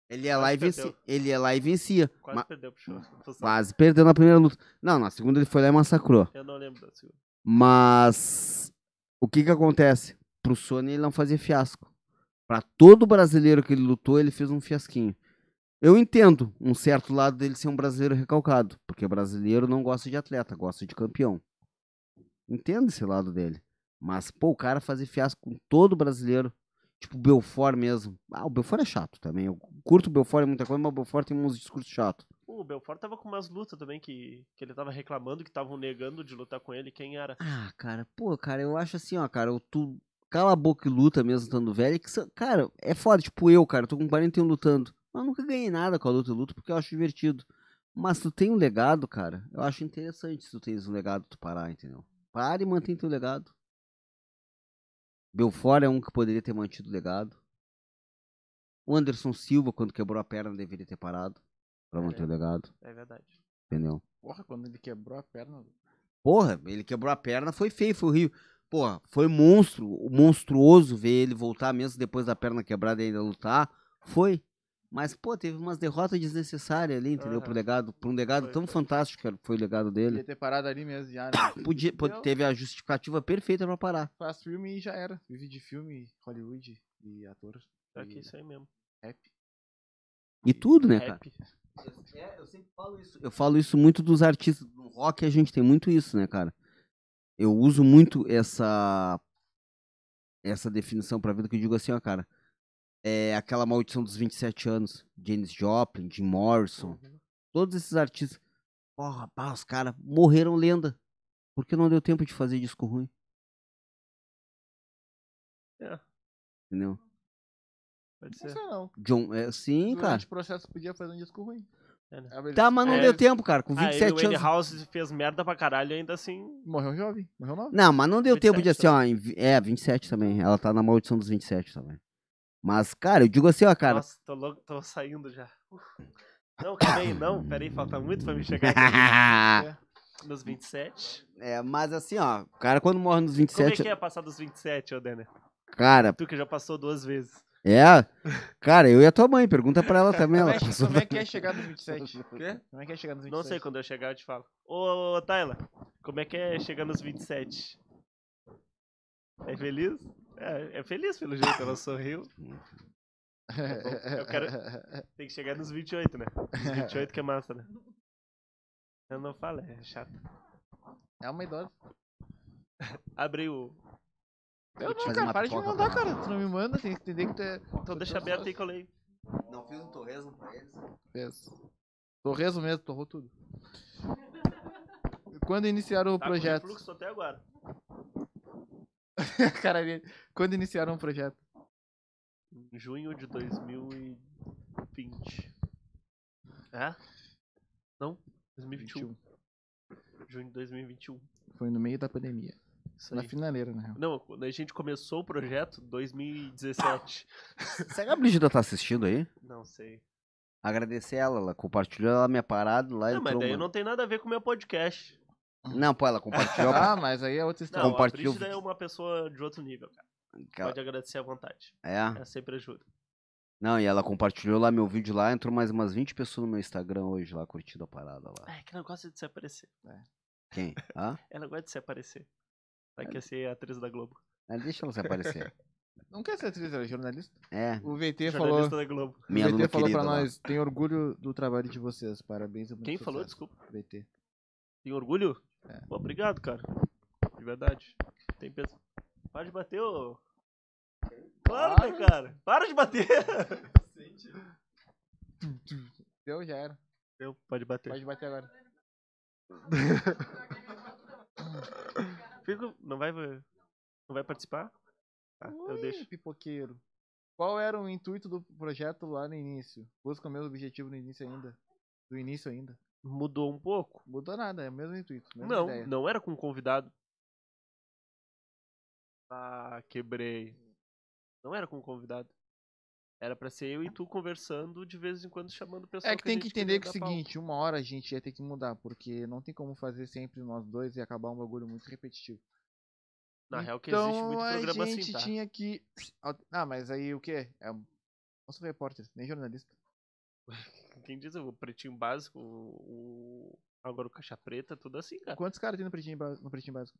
Ele ia, lá
Quase
e vencia,
perdeu.
ele ia lá e vencia.
Quase
ma-
perdeu pro show.
Quase perdeu na primeira luta. Não, na segunda ele foi lá e massacrou.
Eu não lembro assim. da segunda.
Mas o que que acontece? Pro Sony ele não fazia fiasco. Pra todo brasileiro que ele lutou, ele fez um fiasquinho. Eu entendo um certo lado dele ser um brasileiro recalcado, porque brasileiro não gosta de atleta, gosta de campeão. Entendo esse lado dele. Mas, pô, o cara fazer fiasco com todo brasileiro, tipo o Belfort mesmo. Ah, o Belfort é chato também, eu curto o Belfort em muita coisa, mas o Belfort tem uns discursos chatos.
O Belfort tava com umas lutas também que, que ele tava reclamando que estavam negando de lutar com ele. Quem era?
Ah, cara, pô, cara, eu acho assim, ó, cara, eu- tu cala a boca e luta mesmo estando velho, que, são- cara, é foda, tipo eu, cara, tô com 41 lutando, mas eu nunca ganhei nada com a luta e luto porque eu acho divertido. Mas tu tem um legado, cara, eu acho interessante se tu tens um legado tu parar, entendeu? Para e mantém teu legado. Belfort é um que poderia ter mantido o legado. O Anderson Silva, quando quebrou a perna, deveria ter parado pra
É.
manter o legado,
É verdade.
entendeu?
Porra, quando ele quebrou a perna.
Porra, ele quebrou a perna, foi feio, foi horrível. Porra, foi monstro, monstruoso ver ele voltar mesmo depois da perna quebrada e ainda lutar. Foi. Mas, pô, teve umas derrotas desnecessárias ali, entendeu?
Aham.
Pro legado, pra um legado
Foi,
tão
foi.
fantástico que foi o legado
Ele
dele.
ter parado ali mesmo, já. Né?
Podia, pô,
Eu-
teve a justificativa perfeita pra parar.
Faz filme e já era. Vive de filme, Hollywood e ator.
Pior que
e
isso aí mesmo.
rap.
E tudo, né, cara?
Rap.
É, eu sempre falo isso. Eu falo isso muito dos artistas. No rock a gente tem muito isso, né, cara? Eu uso muito essa essa definição pra vida que eu digo assim, ó, cara. É aquela maldição dos 27 anos. James Joplin, Jim Morrison,
Uhum.
todos esses artistas. Porra, pá, os caras morreram lenda. Porque não deu tempo de fazer disco ruim.
É.
Entendeu?
Pode
Não
ser.
sei não.
John, é, sim, cara.
Durante o processo podia fazer um disco ruim.
É, né?
Aí ele
Tá, mas não
É.
deu tempo, cara. Com
Aí o
27
Wayne
anos.
House fez merda pra caralho ainda assim.
Morreu um jovem, morreu novo.
Não, mas não deu tempo de
27
assim, ó. em vi- É, 27 também. Ela tá na maldição dos 27 também. Mas, cara, eu digo assim, ó, cara.
Nossa, tô, logo, tô saindo já. Não, peraí, não. Peraí, falta muito pra me chegar aqui
[laughs]
nos 27.
é, mas assim, ó, o cara quando morre nos
Como é
27.
que é passar dos 27, ô Denner?
Cara,
Tu que já passou duas vezes.
é. Cara, eu e a tua mãe, pergunta
[laughs]
pra ela também.
Como
Ela
é, que,
passou.
como é que é chegar nos 27?
Quê?
Como é que é chegar nos 27?
Não sei quando eu chegar, eu te falo. Ô, Tyler, como é que é chegar nos 27? É feliz? É, é feliz pelo jeito, ela sorriu. é Eu quero- Tem que chegar nos 28, né? Os 28 que é massa, né? Eu não falo, é chato.
[laughs] É uma idosa.
Abre o.
Eu
te
não,
fazer
cara,
uma
para de me
pipoca,
mandar,
cara.
cara. Tu não me manda, tem que entender que tu é.
Então deixa aberto aí que eu leio.
Não fiz um torresmo pra eles.
Isso. Torresmo mesmo, torrou [laughs] tudo. Quando iniciaram o
Tá
projeto.
com fluxo até agora.
[laughs] cara dele. Quando iniciaram o projeto.
Em junho de 2020. É? Não? 2021. Junho de 2021.
Foi no meio da pandemia.
Isso
Na
aí.
finaleira, na real.
Não, quando a gente começou o projeto, 2017.
Será que a Brigida tá assistindo aí?
Não sei.
Agradecer ela, ela compartilhou ela minha parada lá.
Não, mas
entrou,
daí
mano.
não tem nada a ver com o meu podcast.
Não, pô, ela
[laughs]
compartilhou.
Ah, mas aí é outra história.
Não,
Compartilha
a
o
Brígida
vídeo.
é uma pessoa de outro nível, cara.
Cara,
Pode agradecer à vontade.
É.
Ela sempre ajuda.
Não, e ela compartilhou lá meu vídeo lá, entrou mais umas 20 pessoas no meu Instagram hoje lá, curtindo a parada lá.
Ai, Ah, é que ela gosta de se aparecer.
Quem? Hã?
Ela gosta de se aparecer. Ela quer ser é a atriz da Globo.
Ah, Deixa ela
[laughs]
se aparecer.
Não quer ser atriz, ela é jornalista.
É,
O VT falou.
Jornalista da Globo.
O
minha aluna
VT falou
querida
pra
lá.
nós, tem orgulho do trabalho de vocês. Parabéns. é muito
Quem falou?
sucesso."
Desculpa.
VT.
Tem orgulho?
É.
Pô, obrigado, cara. De verdade. Tem peso. Para de bater, ô. Claro, né, cara? Para de bater!
Deu, já era.
Eu, pode bater.
Pode bater agora.
Fico- Não vai. Não vai participar? Tá, eu
Ui,
deixo.
Pipoqueiro. Qual era o intuito do projeto lá no início? Busca o mesmo objetivo no início ainda? Do início ainda?
Mudou um pouco?
Mudou nada, é o mesmo intuito. Mesma
não,
ideia.
não era com um convidado. Ah, quebrei.
Hum.
Não era com um convidado. Era pra ser eu e tu conversando de vez em quando chamando pessoas.
É que tem que entender que é o
o seguinte.
seguinte, uma hora a gente ia ter que mudar, porque não tem como fazer sempre nós dois e acabar um bagulho muito repetitivo.
Na real que
então,
existe muito programa
a gente
assim, tá?
tinha que... Ah, mas aí o quê? É... Não sou repórter, nem jornalista.
Quem diz o pretinho básico, o. o- Agora o caixa preta, tudo assim, cara.
Quantos caras tem no Pretinho, Ba- no Pretinho Básico?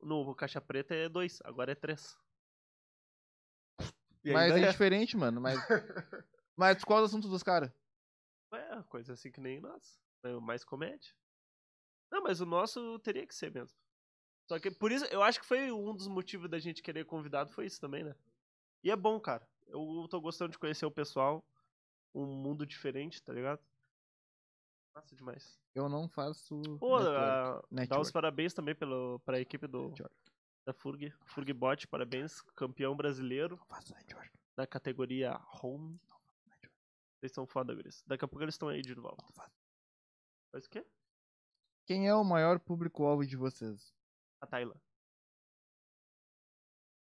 No caixa preta é dois, agora é três. E
mas
ainda
é
é-
diferente,
[laughs]
mano. Mas, mas qual é o assunto dos caras?
É, coisa assim que nem nós. É mais comédia. Não, mas o nosso teria que ser mesmo. Só que por isso, eu acho que foi um dos motivos da gente querer convidado, foi isso também, né? E é bom, cara. Eu tô gostando de conhecer o pessoal. Um mundo diferente, tá ligado? Massa demais.
Eu não faço.
Pô,
network.
a- dá
Network.
os parabéns também pelo, pra equipe do,
Network.
da FURG. FURGBot, parabéns. Campeão brasileiro
Não faço network.
da categoria Home. Vocês são foda, Gris. Daqui a pouco eles estão aí de volta. Faz o quê?
Quem é o maior público-alvo de vocês?
A Tayla.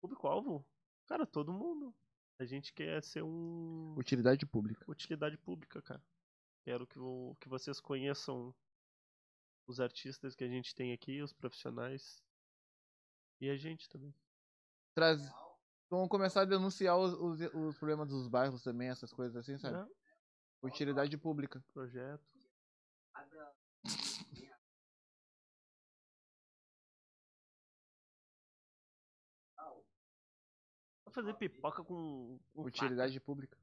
Público-alvo? Cara, todo mundo. A gente quer ser um.
Utilidade pública.
utilidade pública, cara. Quero que, o, que vocês conheçam os artistas que a gente tem aqui, os profissionais. E a gente também.
Traz... Vão começar a denunciar os, os, os problemas dos bairros também, essas coisas assim, sabe?
Né?
Utilidade pública.
Projeto. Vou fazer pipoca com. com
Utilidade pública.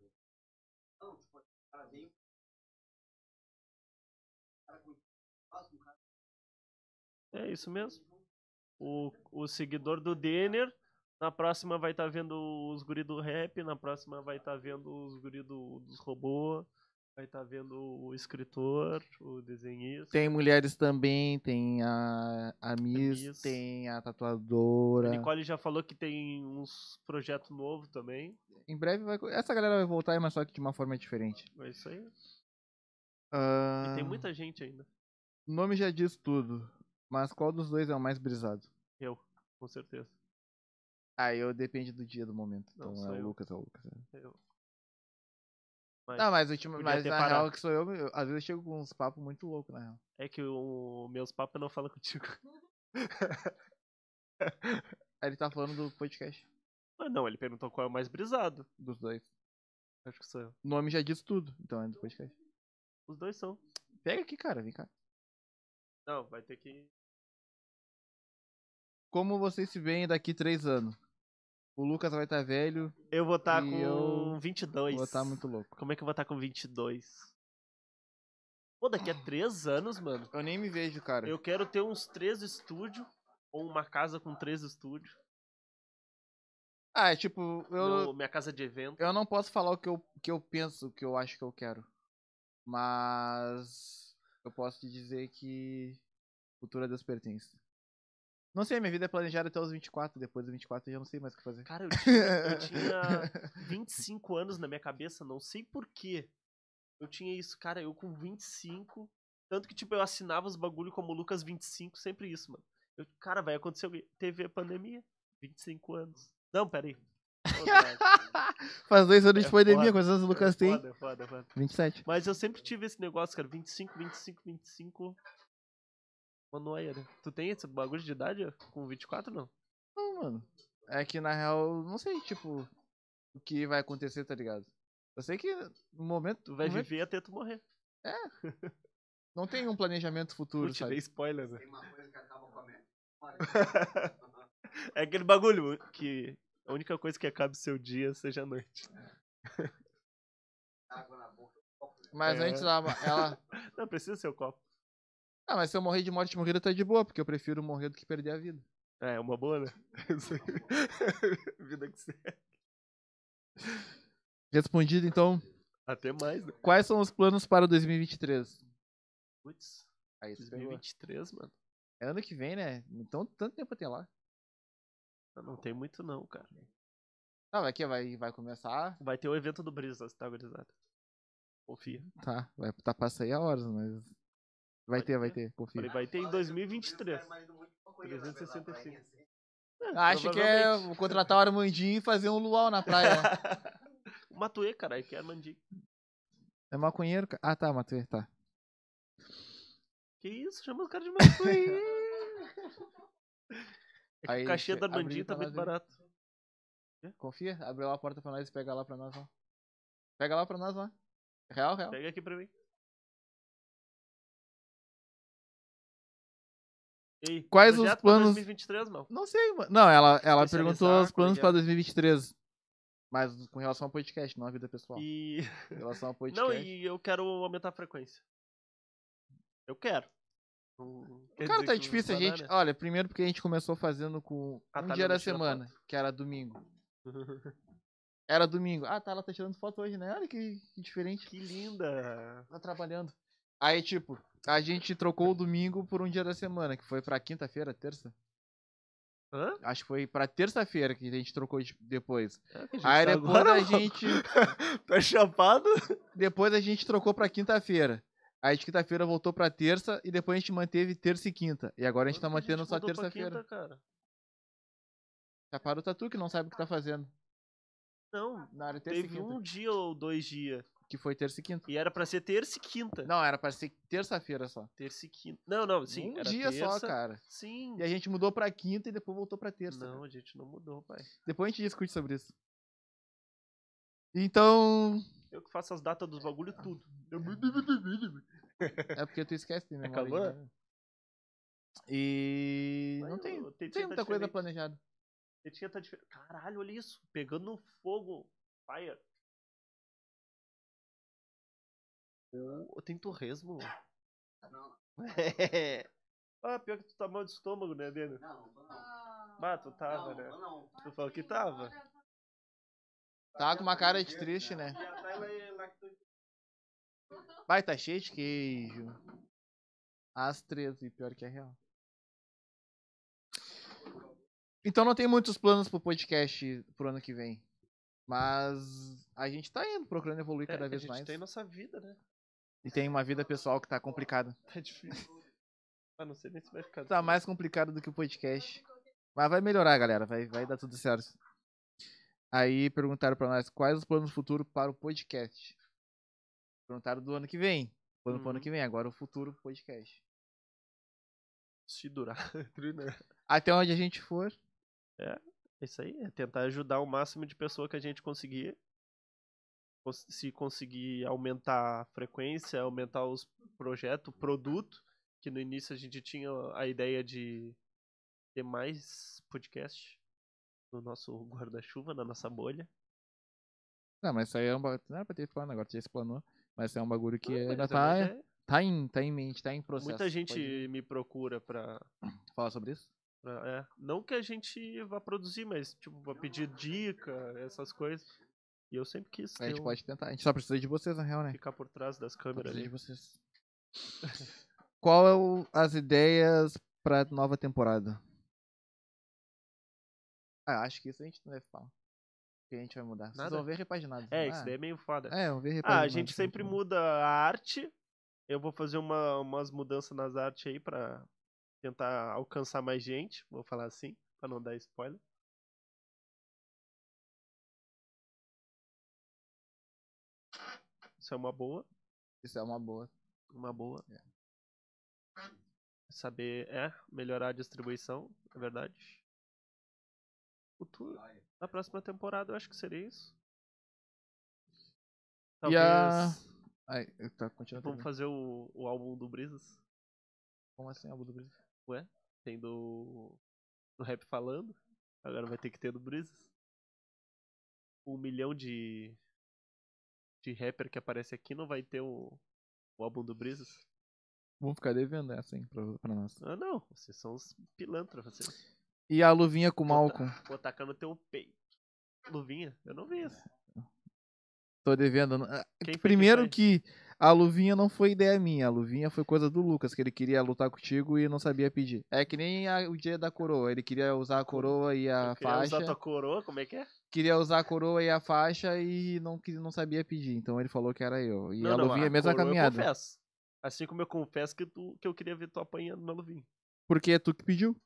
É isso mesmo. O, o seguidor do Denner. Na próxima vai estar vendo os guri do rap. Na próxima vai estar vendo os guri do, dos robôs. Vai estar vendo o escritor, o desenhista.
Tem mulheres também, tem a, a Miss,
Miss.
tem a
A
tatuadora.
Nicole já falou que tem uns projetos novos também.
Em breve vai. co- Essa galera vai voltar, mas só que de uma forma diferente.
É isso aí.
Ah,
E tem muita gente ainda,
O nome já diz tudo. Mas qual dos dois é o mais brisado?
com certeza.
Ah, eu depende do dia do momento.
Não,
Então
sou
é o
eu.
Lucas, é o Lucas. é.
Eu- Mas
Não, mas, ultima,
podia
mas
ter
na
parado.
real que sou eu, eu- às vezes eu chego com uns papos muito loucos, na real.
É que o meus papos não falam [laughs] contigo.
Aí ele tá falando do podcast
Mas não, ele perguntou qual é o mais brisado.
dos dois.
Acho que sou eu.
O nome já diz tudo, então é do podcast.
Os dois são.
Pega aqui, cara, vem cá.
Não, vai ter que.
Como vocês se veem daqui três anos? O Lucas vai estar velho,
Eu vou estar
E
com
eu
22.
vai estar muito louco.
Como é que eu vou estar com 22? Pô, daqui a 3 anos, mano.
Eu nem me vejo, cara.
Eu quero ter uns 3 estúdios. Ou uma casa com 3 estúdios.
Ah, é tipo, eu,
Meu- Minha casa de evento.
eu não posso falar o que eu, o que eu penso, o que eu acho que eu quero. Mas eu posso te dizer que cultura Deus pertence. Não sei, minha vida é planejada até os 24, depois dos 24 eu já não sei mais o que fazer. [laughs]
Cara, eu tinha, eu tinha 25 anos na minha cabeça, não sei porquê. Eu tinha isso, cara, eu com 25. Tanto que, tipo, eu assinava os bagulho como Lucas 25, sempre isso, mano. Eu, cara, vai acontecer. alguém- Teve a pandemia, 25 anos. Não, peraí. Saudade.
Faz dois anos de
É
pandemia,
foda,
quantos anos [laughs] o Lucas
É
tem?
Foda, é foda, é foda.
27.
Mas eu sempre tive esse negócio, cara, 25, 25, 25. Uma noia, né? Tu tem esse bagulho de idade ó? com 24, não?
Não, mano. É que na real, não sei, tipo, o que vai acontecer, tá ligado? Eu sei que no momento.
Tu vai
no momento
viver até tu morrer.
não tem um planejamento futuro,
Eu te dei
sabe?
spoiler, né?
Tem uma coisa que acaba com a merda.
É aquele bagulho que a única coisa que acaba o seu dia seja a noite.
Água na boca.
Mas
É.
antes ela.
[laughs]
ela...
Não precisa ser o copo.
Ah, mas se eu morrer de morte morrida, tá de boa, porque eu prefiro morrer do que perder a vida.
É, é uma boa, né? [laughs] Vida que segue.
Respondido, então,
Até mais, né?
quais são os planos para 2023?
Putz,
Aí tu pegou.
2023, mano.
É ano que vem, né? Então, tanto tempo até lá.
Ah, Não tem muito não, cara.
Tá, vai que vai, vai começar.
Vai ter o evento do Brisa, tá gurizada? Confia.
Tá, vai tá, passa aí a horas, mas. Vai
Pode
ter, vai
ter.
ter, confia.
Falei, vai ter em 2023. 365.
365.
É,
Acho que é
provavelmente.
vou contratar o Armandinho e fazer um luau na praia.
[laughs] O Matuê, caralho, que é Armandinho.
é maconheiro? ca- Ah, tá, Matheus, tá.
Que isso, chama o cara de Matuê. É que
Aí,
o cachê
che-
da Armandinho
abri
tá
pra
muito
nós aí.
barato.
Confia? Abriu a porta pra nós e pega lá pra nós lá. Pega lá pra nós lá. Real, real.
Pega aqui pra mim. Ei,
Quais os
projeto pra
planos-
2023, mal.
Não sei, mano. Não, ela, ela
Especializar,
perguntou os planos
colegial.
pra 2023. Mas com relação ao podcast, não a vida pessoal.
E...
Com relação ao podcast.
Não, e eu quero aumentar a frequência. Eu quero. Não quer
Cara,
dizer
tá
que
difícil a
vai
gente.
dar, né?
Olha, primeiro porque a gente começou fazendo com
Ah,
um
tá,
dia
não, [laughs] tira
da
a
semana, que era domingo. Era domingo. Ah, tá, ela tá tirando foto hoje, né? Olha que, que diferente.
Que linda!
Tá trabalhando. Aí, tipo, a gente trocou o domingo por um dia da semana, que foi pra quinta-feira, terça.
Hã?
Acho que foi pra terça-feira que a gente trocou de- depois.
É, gente,
Aí
tá
depois
agora,
a
mano.
gente.
[laughs] Tá chapado?
Depois a gente trocou pra quinta-feira. Aí de quinta-feira voltou pra terça e depois a gente manteve terça e quinta. E agora a gente tá
Quando que
mantendo só
mudou pra
terça-feira.
quinta, cara?
Chaparam o tatu que não sabe o que tá fazendo.
Não,
Na área terça e
teve
quinta.
um dia ou dois dias.
Que foi terça e quinta.
E era pra ser terça e quinta.
Não, era pra ser terça-feira só.
Terça e quinta. Não, não, sim.
um
era
dia só,
terça.
cara.
Sim.
E a gente mudou pra quinta e depois voltou pra terça.
Não,
cara.
a gente não mudou, pai.
Depois a gente discute sobre isso. Então.
Eu que faço as datas dos bagulho tudo.
É porque tu esquece, né?
Acabou?
E. É. Não tem. Não
Tetinha
tem
tá
muita coisa
diferente.
planejada.
Tetinha tá diferente. Caralho, olha isso. Pegando no fogo. Fire. Oh, tem torresmo?
[laughs]
ah, pior que tu tá mal de estômago, né, Deno? Bah, tu tava, né? Tu falou que tava.
Tá com uma cara de triste, né? Vai, tá cheio de queijo. Às 13, pior que é real. Então não tem muitos planos pro podcast pro ano que vem. Mas a gente tá indo, procurando evoluir
É,
cada
a
vez
gente
mais.
tem nossa vida, né?
E tem uma vida pessoal que tá complicada.
Tá
[laughs]
difícil. Ah, não sei nem se vai ficar
Tá mais complicado do que o podcast. Mas vai melhorar, galera. Vai, vai dar tudo certo. Aí perguntaram pra nós quais os planos futuro para o podcast. Perguntaram do ano que vem. Plano pro ano
Uhum.
que vem, agora o futuro pro podcast.
se durar. [laughs]
Até onde a gente for.
É Isso aí, é tentar ajudar o máximo de pessoa que a gente conseguir. Cons- Se conseguir aumentar a frequência, aumentar os projetos, produto, que no início a gente tinha a ideia de ter mais podcast no nosso guarda-chuva, na nossa bolha.
Não, mas isso aí é um bagulho. Não era pra ter plano, agora tu já explanou. Mas isso aí é um bagulho que
Ah,
ainda
mas
tá,
também já é-
tá, em, tá em mente, tá em processo.
muita gente
Pode
me procura pra,
falar sobre isso?
pra- é, Não que a gente vá produzir, mas tipo, vá pedir dica, essas coisas. E eu sempre quis
A gente
ter um-
pode tentar. A gente só precisa de vocês, na real, né?
ficar por trás das
Só
câmeras.
precisa de
ali.
vocês. [laughs] Qual é o- as ideias pra nova temporada? Ah, acho que isso a gente não deve falar. Que a gente vai mudar. Vocês
Nada?
vão ver repaginado.
É,
Ah,
isso daí é meio foda.
É, vão ver repaginado.
Ah, a gente
que
sempre
muda.
muda a arte. Eu vou fazer uma- umas mudanças nas artes aí pra tentar alcançar mais gente. Vou falar assim, pra não dar spoiler. Isso é uma boa.
Isso é uma boa.
Uma boa.
É.
Saber, é, melhorar a distribuição, é verdade. Futuro. Na próxima temporada eu acho que seria isso.
E a- Ai, eu- tá, continua.
Vamos
terminando.
fazer o, o álbum do Brisas.
Como assim, Abu Dhabi?
Tem do. do Rap Falando. Agora vai ter que ter do Brisas. Um milhão de. de rapper que aparece aqui não vai ter o. o álbum do Brisas.
Vamos ficar devendo essa, hein, pra, pra nós.
Ah, não. Vocês são os pilantras. Vocês.
E a luvinha com o Malcolm?
Vou tacar no teu peito. Luvinha? Eu não vi isso.
Tô devendo. não-
Quem foi que
Primeiro
fez?
que a luvinha não foi ideia minha, a luvinha foi coisa do Lucas, que ele queria lutar contigo e não sabia pedir. É que nem a- o dia da coroa, ele queria usar a coroa e a
Eu queria usar
faixa.
tua coroa, como é que é?
Queria usar a coroa e a faixa e não, que- não sabia pedir, então ele falou que era eu. E a luvinha é a mesma
coroa eu
caminhada.
confesso. Assim como eu confesso que, tu, que eu queria ver tu apanhando na luvinha.
Porque é tu que pediu,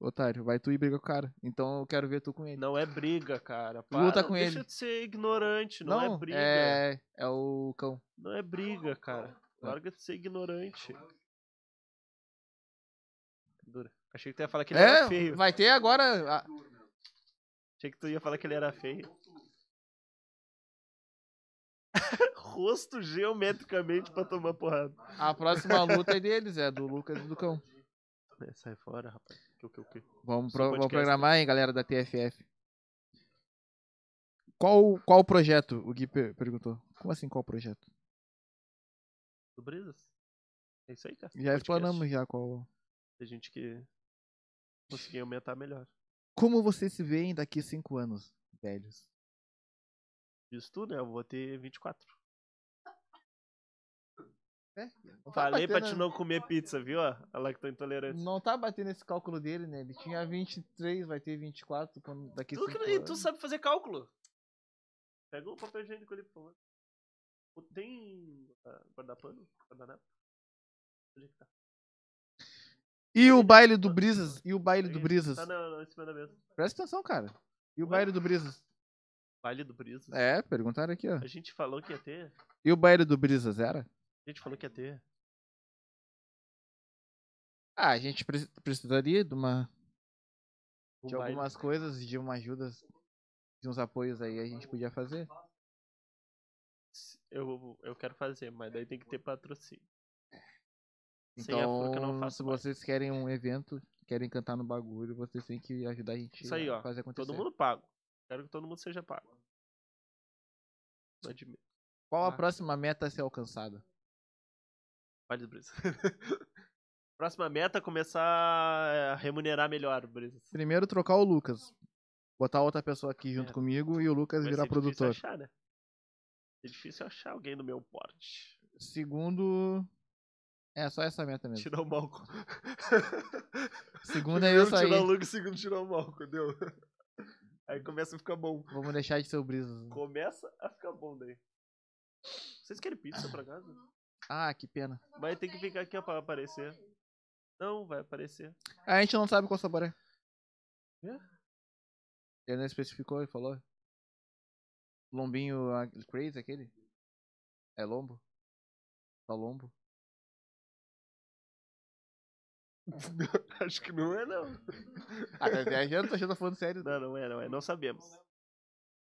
otário, vai tu e briga com o cara. Então eu quero ver tu com ele.
Não é briga, cara.
Luta com
deixa
ele.
de ser ignorante, não, é briga.
é, é o cão.
Não é briga, cara. Larga de ser ignorante. Dura. Achei que tu ia falar que ele era
É,
feio.
vai ter agora. a-
Achei que tu ia falar que ele era feio. [laughs] Rosto geometricamente pra tomar porrada.
A, próxima luta é deles, é do Lucas e do cão.
É, sai fora, rapaz. Que, que, que.
Vamos,
Esse
pro- vamos
podcast.
programar, hein, galera da TFF. Qual, qual o projeto? O Gui per- perguntou. Como assim, qual o projeto?
Do Brisas? É isso aí, cara.
Já
Podcast.
explanamos já qual.
Tem gente que conseguir aumentar melhor.
Como vocês se veem daqui cinco anos, velhos?
Diz tu, né? Eu vou ter 24.
Não tá
Falei pra
batendo-
te não comer pizza, viu? ó? A lactointolerância.
Não tá batendo esse cálculo dele, né? Ele tinha 23, vai ter 24 quando, daqui
Tu,
cinco
que- e
anos.
tu sabe fazer cálculo.
Pega o papel higiênico ali, por favor. Pô, Tem ah, guardapano? Guardanapo? Onde é que tá?
E o baile do Brisas? E o baile do
Aí.
Brisas?
Tá na, na, em cima da mesa.
Presta atenção, cara. E o
Ué?
baile do Brisas?
Vale do Brisas.
É, perguntaram aqui, ó.
A gente falou que ia ter.
E o baile do Brisas era?
A gente falou que ia ter.
Ah, a gente pre- precisaria de uma
um
de
baile.
algumas coisas, de uma ajuda, de uns apoios aí a gente podia fazer.
Eu, eu quero fazer, mas daí tem que ter patrocínio. Sem a
Então,
Fruca eu não faço
se
baile.
vocês querem um evento, querem cantar no bagulho, vocês têm que ajudar a gente
Isso aí,
a
ó.
fazer acontecer.
Todo mundo pago. Quero que todo mundo seja pago. Não admito.
Qual a
Ah.
próxima meta a ser alcançada?
Vale do Brisas. [laughs] Próxima meta, começar a remunerar melhor o Brisas.
Primeiro trocar o Lucas. Botar outra pessoa aqui junto
É.
comigo e o Lucas
Vai
virar
ser difícil
produtor.
Achar, né? É difícil achar alguém no meu porte.
Segundo. É, só essa meta mesmo.
Tirar o Malco.
Segundo é eu sair.
Tirar o Luke, segundo tirar o Malco,
[laughs]
deu? Aí começa a ficar bom.
Vamos deixar de ser o Brisas.
Começa a ficar bom daí. Vocês querem pizza pra casa?
Ah, que pena.
Vai ter que ficar aqui ó, pra aparecer. Não, vai
[laughs]
aparecer.
A gente não sabe qual sabor é.
Quê?
Ele não especificou e falou. Lombinho ah, crazy aquele? É lombo? Só lombo?
Acho que não é, não.
Ah, tá viajando, tô achando falando sério.
Não, não é, não é. Não sabemos.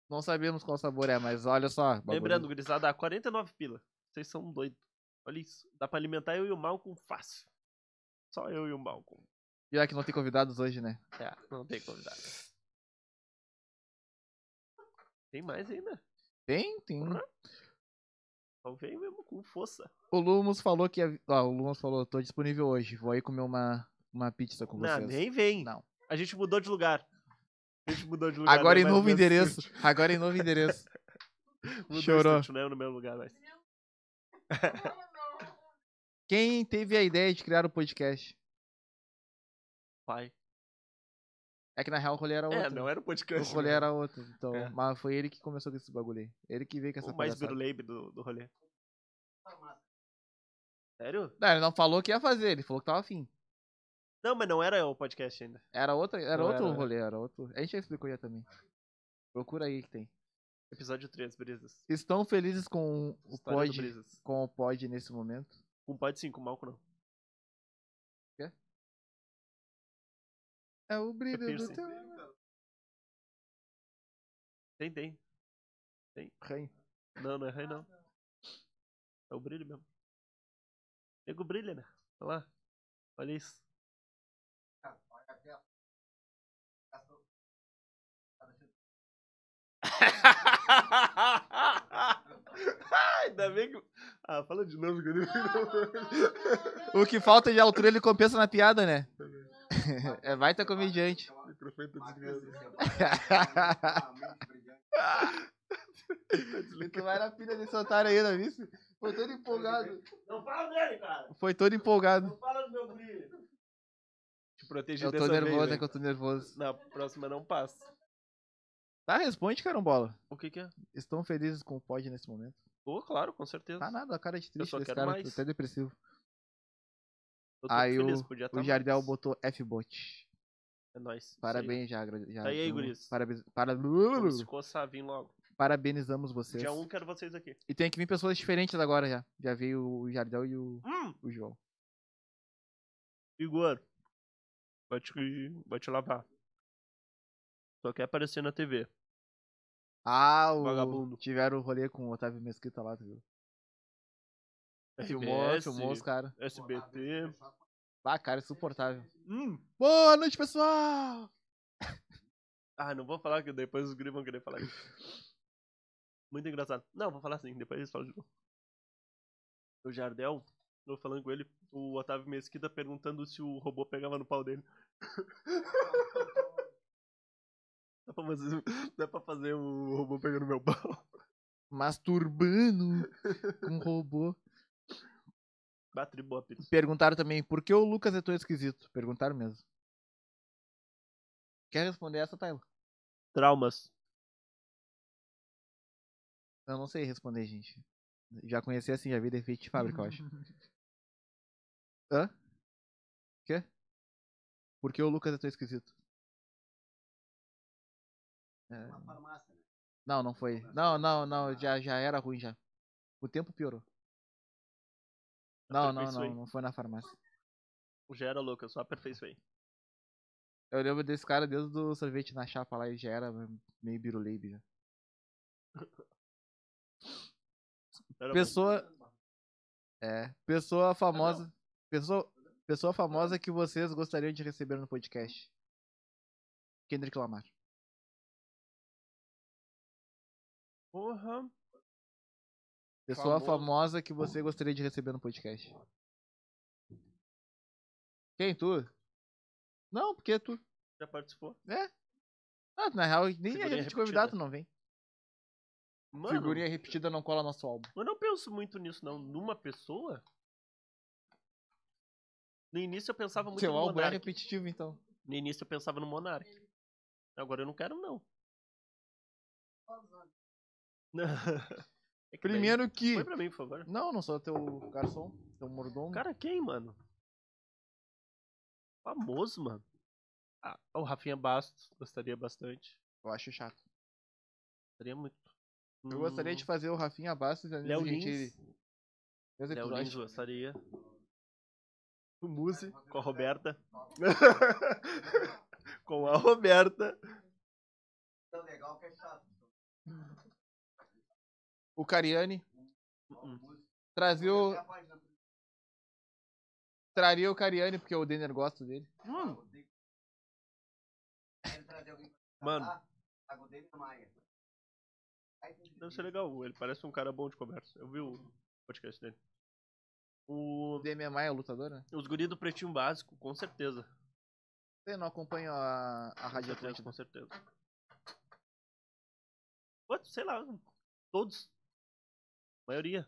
Não sabemos qual sabor é, mas olha só. bagulho-
Lembrando, gurizada, 49 pila. Vocês são doidos. Olha isso. Dá pra alimentar eu e o Malcolm fácil. Só eu e o Malcolm.
Pior que não tem convidados hoje, né?
É, não tem convidado. Tem mais ainda.
Tem, tem.
Então vem mesmo com força.
O Lumos falou que. ia- Ó, o Lumos falou, tô disponível hoje. Vou aí comer uma, uma pizza com
Não,
vocês.
nem vem.
Não.
A gente mudou de lugar. A gente mudou de lugar.
[laughs]
não
Agora
é
em
mais
novo
no mesmo
endereço.
estúdio.
Agora em novo endereço.
[laughs] Mudou o
Chorou.
estúdio, não é no mesmo lugar mais.
Quem teve a ideia de criar o podcast?
Pai.
É que na real o rolê era outro.
É, não era o
O
podcast.
rolê
né?
era outro, então.
É.
Mas foi ele que começou com esse bagulho aí. Ele que veio com essa
o mais
palhaçada. Tá
biruleibe do, do rolê. Sério?
Não, ele não falou que ia fazer, ele falou que tava afim.
Não, mas não era o podcast ainda.
Era outra, era
Não,
outro
era-
rolê, era outro. A gente já explicou já também. Procura aí que tem.
Episódio 3, Brisas.
Estão felizes com o
História do
pod,
Brisas.
com o pod nesse momento?
Com pode sim, com Malco não.
É o brilho do
piercing.
teu
Tem, tem.
arranho.
Não, não errei não. É o brilho mesmo. Nego brilha, né? Olha lá. Olha isso. [laughs] Ainda bem que. Ah, fala de novo, Guri.
O que falta de altura ele compensa na piada, né? [laughs] é vai tá
[laughs]
comediante.
O [laughs] microfone tá desligado.
E tu vai na pilha desse otário aí, não é isso? Foi todo
Tá
empolgado.
Não fala dele, cara.
Foi todo empolgado.
fala do meu brilho. Te protegi
Eu tô
dessa
nervoso,
vez,
é que eu tô nervoso.
Na próxima não passa.
Tá, responde, carambola.
O que que é?
Estão felizes com o pod nesse momento?
Pô, claro, com certeza.
Tá nada, a cara de triste
só
desse
quero
cara,
mais.
tô até depressivo.
Eu
Aí
feliz, podia tá
O Jardel
mais.
botou F-Bot.
É nóis.
Parabéns, Jardel.
Tá aí, guris.
Parabéns, um para...
Vamos se coçar, vim logo.
Parabenizamos vocês.
Dia 1, um, quero vocês aqui.
E tem que vir pessoas diferentes agora já. Já veio o Jardel e o,
Hum,
o João.
Igor. Vai te, vai te lavar. Só quer aparecer na TV.
Ah, o...
Vagabundo.
Tiveram o rolê com o Otávio Mesquita lá, tu viu? Filmou,
RBS,
filmou os caras.
SBT.
Ah, cara, insuportável.
Hum.
Boa noite, pessoal!
Ah, não vou falar que depois os gringos vão querer falar isso. Muito engraçado. Não, vou falar assim, depois eles falam de novo. O Jardel, eu falando com ele, o Otávio Mesquita perguntando se o robô pegava no pau dele. [laughs] dá, pra fazer, dá pra fazer o robô pegando meu pau? [laughs]
masturbando com um robô.
Batribou a pizza.
Perguntaram também por que o Lucas é tão esquisito. Perguntaram mesmo. Quer responder essa, Taylor?
Traumas.
Eu não sei responder, gente. Já conheci assim, já vi defeito de fábrica, [laughs] eu acho. Hã? Quê? Por que o Lucas é tão esquisito? É. Não, não foi. Não, não, não. Já, já era ruim já. O tempo piorou. Não, não,
Aperfeiçoei.
não. Não foi na farmácia.
Já era louca, só aperfeiçoei.
Eu lembro desse cara desde o sorvete na chapa lá e já era meio biruleibe já.
Era bom.
Pessoa. É. Pessoa famosa. Pessoa, pessoa famosa que vocês gostariam de receber no podcast. Kendrick Lamar.
Porra.
Pessoa
Famoso.
famosa que você gostaria de receber no podcast. Quem? Tu? Não, porque tu.
Já participou?
Ah, na real, nem
Figurinha
a gente
repetida.
convidado tu não vem.
Mano,
Figurinha repetida não cola nosso álbum.
eu não penso muito nisso, não. Numa pessoa? No início eu pensava muito
Seu
no
álbum é
Monark.
repetitivo, então.
No início eu pensava no Monark. Agora eu não quero, não. [laughs] É que daí-
Primeiro que.
Põe pra mim, por favor.
Não, não sou teu garçom, teu mordomo.
Cara, é quem, mano? Famoso, mano. Ah, o Rafinha Bastos. Gostaria bastante.
Eu acho chato.
Gostaria muito.
Eu gostaria de fazer o Rafinha Bastos e a
Hum. Léo
Nisa
Lins.
Gentili. Dois
Léo
episódios.
Lins, gostaria. O Muse, com a
[laughs]
Roberta. com a Roberta.
O Cariani.
Uh-uh.
Trazer o. Traria o Cariani, porque o Denner gosta dele.
Mano. Mano.
é
Deve ser legal, ele parece um cara bom de conversa. Eu vi o podcast dele. O,
O Demian Maia é lutador, né?
os guris do Pretinho Básico, com certeza.
Eu não acompanho a, a
Com
Rádio
certeza,
Atlântida.
com certeza. Pode, sei lá, todos. Maioria.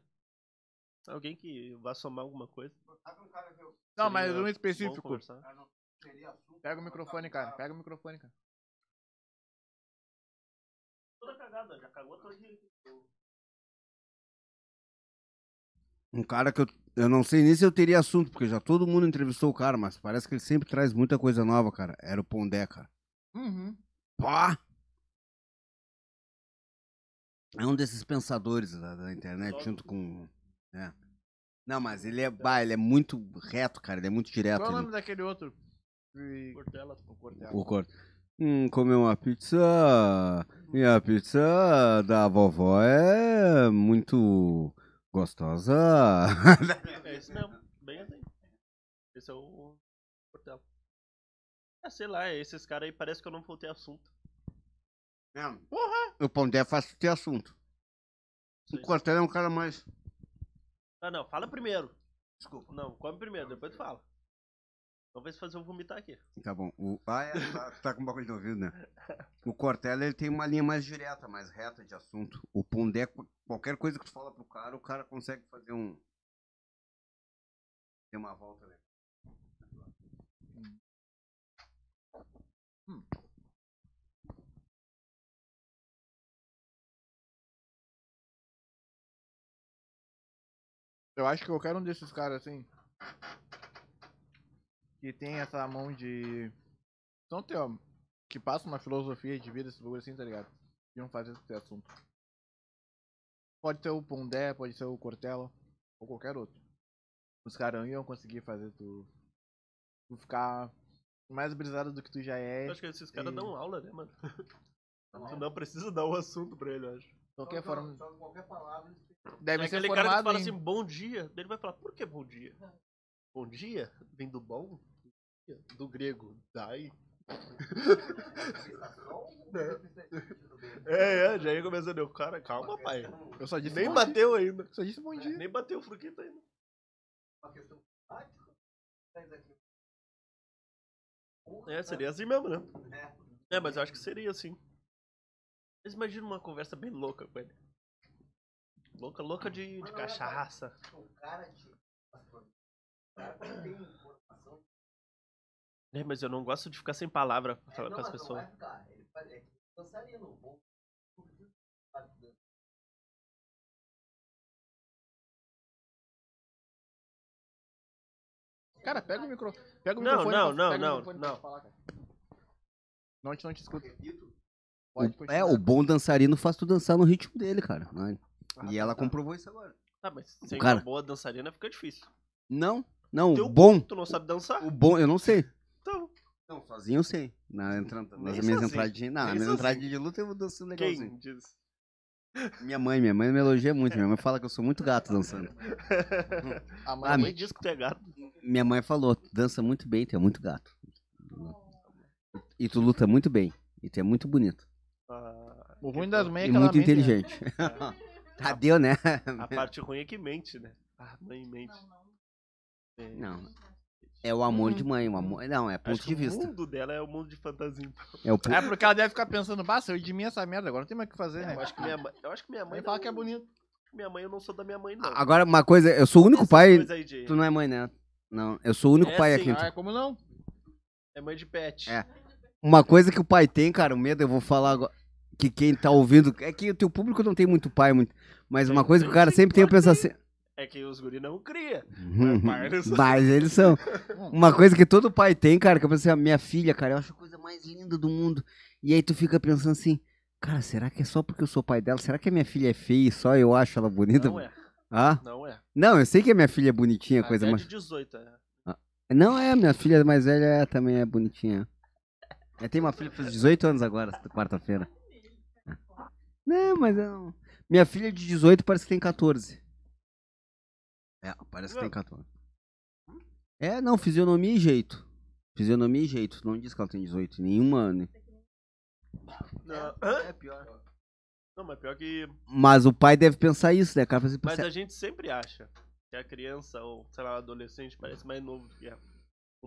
Alguém que vá somar alguma coisa.
um
Não, mas
Seria
um
bom
específico.
conversar.
Pega o microfone, cara. Pega o microfone, cara.
Toda cagada, já cagou todo dia.
Um cara que eu, eu não sei nem se eu teria assunto, porque já todo mundo entrevistou o cara, mas parece que ele sempre traz muita coisa nova, cara. Era o Pondé, cara.
Uhum.
Pá! É um desses pensadores da, da internet,
Filósofo.
junto com. É. Não, mas ele é. Bah, ele é muito reto, cara. Ele é muito direto.
Qual é o
ele-
nome daquele outro? Que-
Portela.
O Cortella.
O corte. Hum, comer uma pizza. E a pizza da vovó é muito gostosa.
É esse mesmo, bem assim. Esse é o Portela. Ah, sei lá, esses caras aí parece que eu não vou ter assunto.
[laughs] O Pondé faz é ter assunto. O
Sim.
Cortel é um cara mais.
Ah, não, fala primeiro. Desculpa. Não, come primeiro, depois tu fala. Talvez fazer eu vomitar aqui.
Tá bom. O... Ah, é, tá, tá com um bagulho de ouvido, né? O Cortella, ele tem uma linha mais direta, mais reta de assunto. O Pondé, qu- qualquer coisa que tu fala pro cara, o cara consegue fazer um. Tem uma volta, né?
Eu acho que qualquer um desses caras, assim. Que tem essa mão de. Não tem, ó. Que passa uma filosofia de vida, esse bagulho assim, tá ligado? E não faz esse assunto. Pode ser o Pondé, pode ser o Cortella, ou qualquer outro. Os caras iam conseguir fazer tu. Tu ficar mais brisado do que tu já é.
Eu acho que esses caras
E-
dão aula, né, mano? Tu não precisa dar o assunto pra ele, eu acho.
De qualquer forma. Deve
É
ser
aquele cara que
formado
fala
em-
assim, bom dia. daí Ele vai falar, por que bom [laughs] dia? Bom dia vem do bom? dia, Do grego, [laughs] dai. é, é, já ia começando. Eu, cara, calma, pai.
Eu só disse.
Nem
bom dia.
bateu ainda.
Só disse bom dia.
É, Nem bateu o fruquito ainda. É, seria assim mesmo, né? É, mas eu acho que seria assim. Mas imagina uma conversa bem louca com ele. Louca, louca de, de cachaça.
O cara de.
É, mas eu não gosto de ficar sem palavra pra falar com as pessoas.
Cara, pega o micro. Pega o
Não,
microfone.
não,
pra-
não,
pega
não,
o microfone pra
não.
te falar, cara. Não, a gente não te escuta. Pode
O, é,
continuar.
o bom dançarino faz tu dançar no ritmo dele, cara. né?
Ah,
E ela
tá.
comprovou isso agora.
Tá, mas sem
cara-
uma boa dançarina fica difícil.
Não, não,
Teu
o bom.
Tu não sabe dançar?
O bom, eu não sei.
Então,
Não, sozinho eu sei. Na entrada, nas
Nem
minhas
sozinho.
entradas de. Não,
Nem
nas minhas
sozinho.
entradas de luta eu vou dançando legalzinho.
quem diz?
Minha mãe, minha mãe me elogia muito. Minha mãe fala que eu sou muito gato dançando.
A mãe-
A mãe diz que tu é gato.
Minha mãe falou, tu dança muito bem, tu é muito gato. E tu luta muito bem. E tu é muito bonito.
Ah,
o ruim das mães é
E
que ela
muito
mente, né?
[laughs]
inteligente. Tadeu, né?
a parte ruim é que mente, né? A mãe mente. É.
Não. É o amor de mãe. O amor... Não, é ponto
Hum. Acho que
de
o
vista.
mundo dela é o mundo de fantasia.
É o ponto...
É porque ela deve ficar pensando, bah, saiu de mim essa merda, agora não tem mais o que fazer, né?
Eu acho que minha mãe, eu acho que minha
A mãe
mãe
fala
não-
que é bonito.
Minha mãe, eu não sou da minha mãe, não.
Ah, Agora, uma coisa, eu sou o único
Essas
pai.
coisas aí de-
Tu não é mãe, né? Não, eu sou o único
É,
pai
sim.
aqui.
Ah, como não?
É mãe de pet.
É. Uma coisa que o pai tem, cara, o medo, eu vou falar agora. Que quem tá ouvindo. É que o teu público não tem muito pai, muito. Mas uma coisa que o cara sempre tem, eu penso assim.
É que os guri não cria.
Uhum.
Mas eles são.
Mas eles são. Uma coisa que todo pai tem, cara, que eu pensei, a minha filha, cara, eu acho a coisa mais linda do mundo. E aí tu fica pensando assim, cara, será que é só porque eu sou pai dela? Será que a minha filha é feia e só eu acho ela bonita?
Não é,
Ah?
não é.
Não, eu sei que a minha filha é bonitinha, coisa
Até
mais.
de 18, é.
Não é, minha filha mais velha é, também é bonitinha. Eu tenho uma filha que fez 18 anos agora, esta quarta-feira. Não, mas não. Minha filha de 18 parece que tem 14. É, parece que tem 14. É, não, fisionomia e jeito. Fisionomia e jeito. Não diz que ela tem 18. Nenhuma. Né?
Não, Hã? Não, mas pior que.
Mas o pai deve pensar isso, né? Cara, fala assim,
Mas
"Pô,
a gente sempre acha que a criança ou, sei lá, o adolescente parece mais novo do que ela.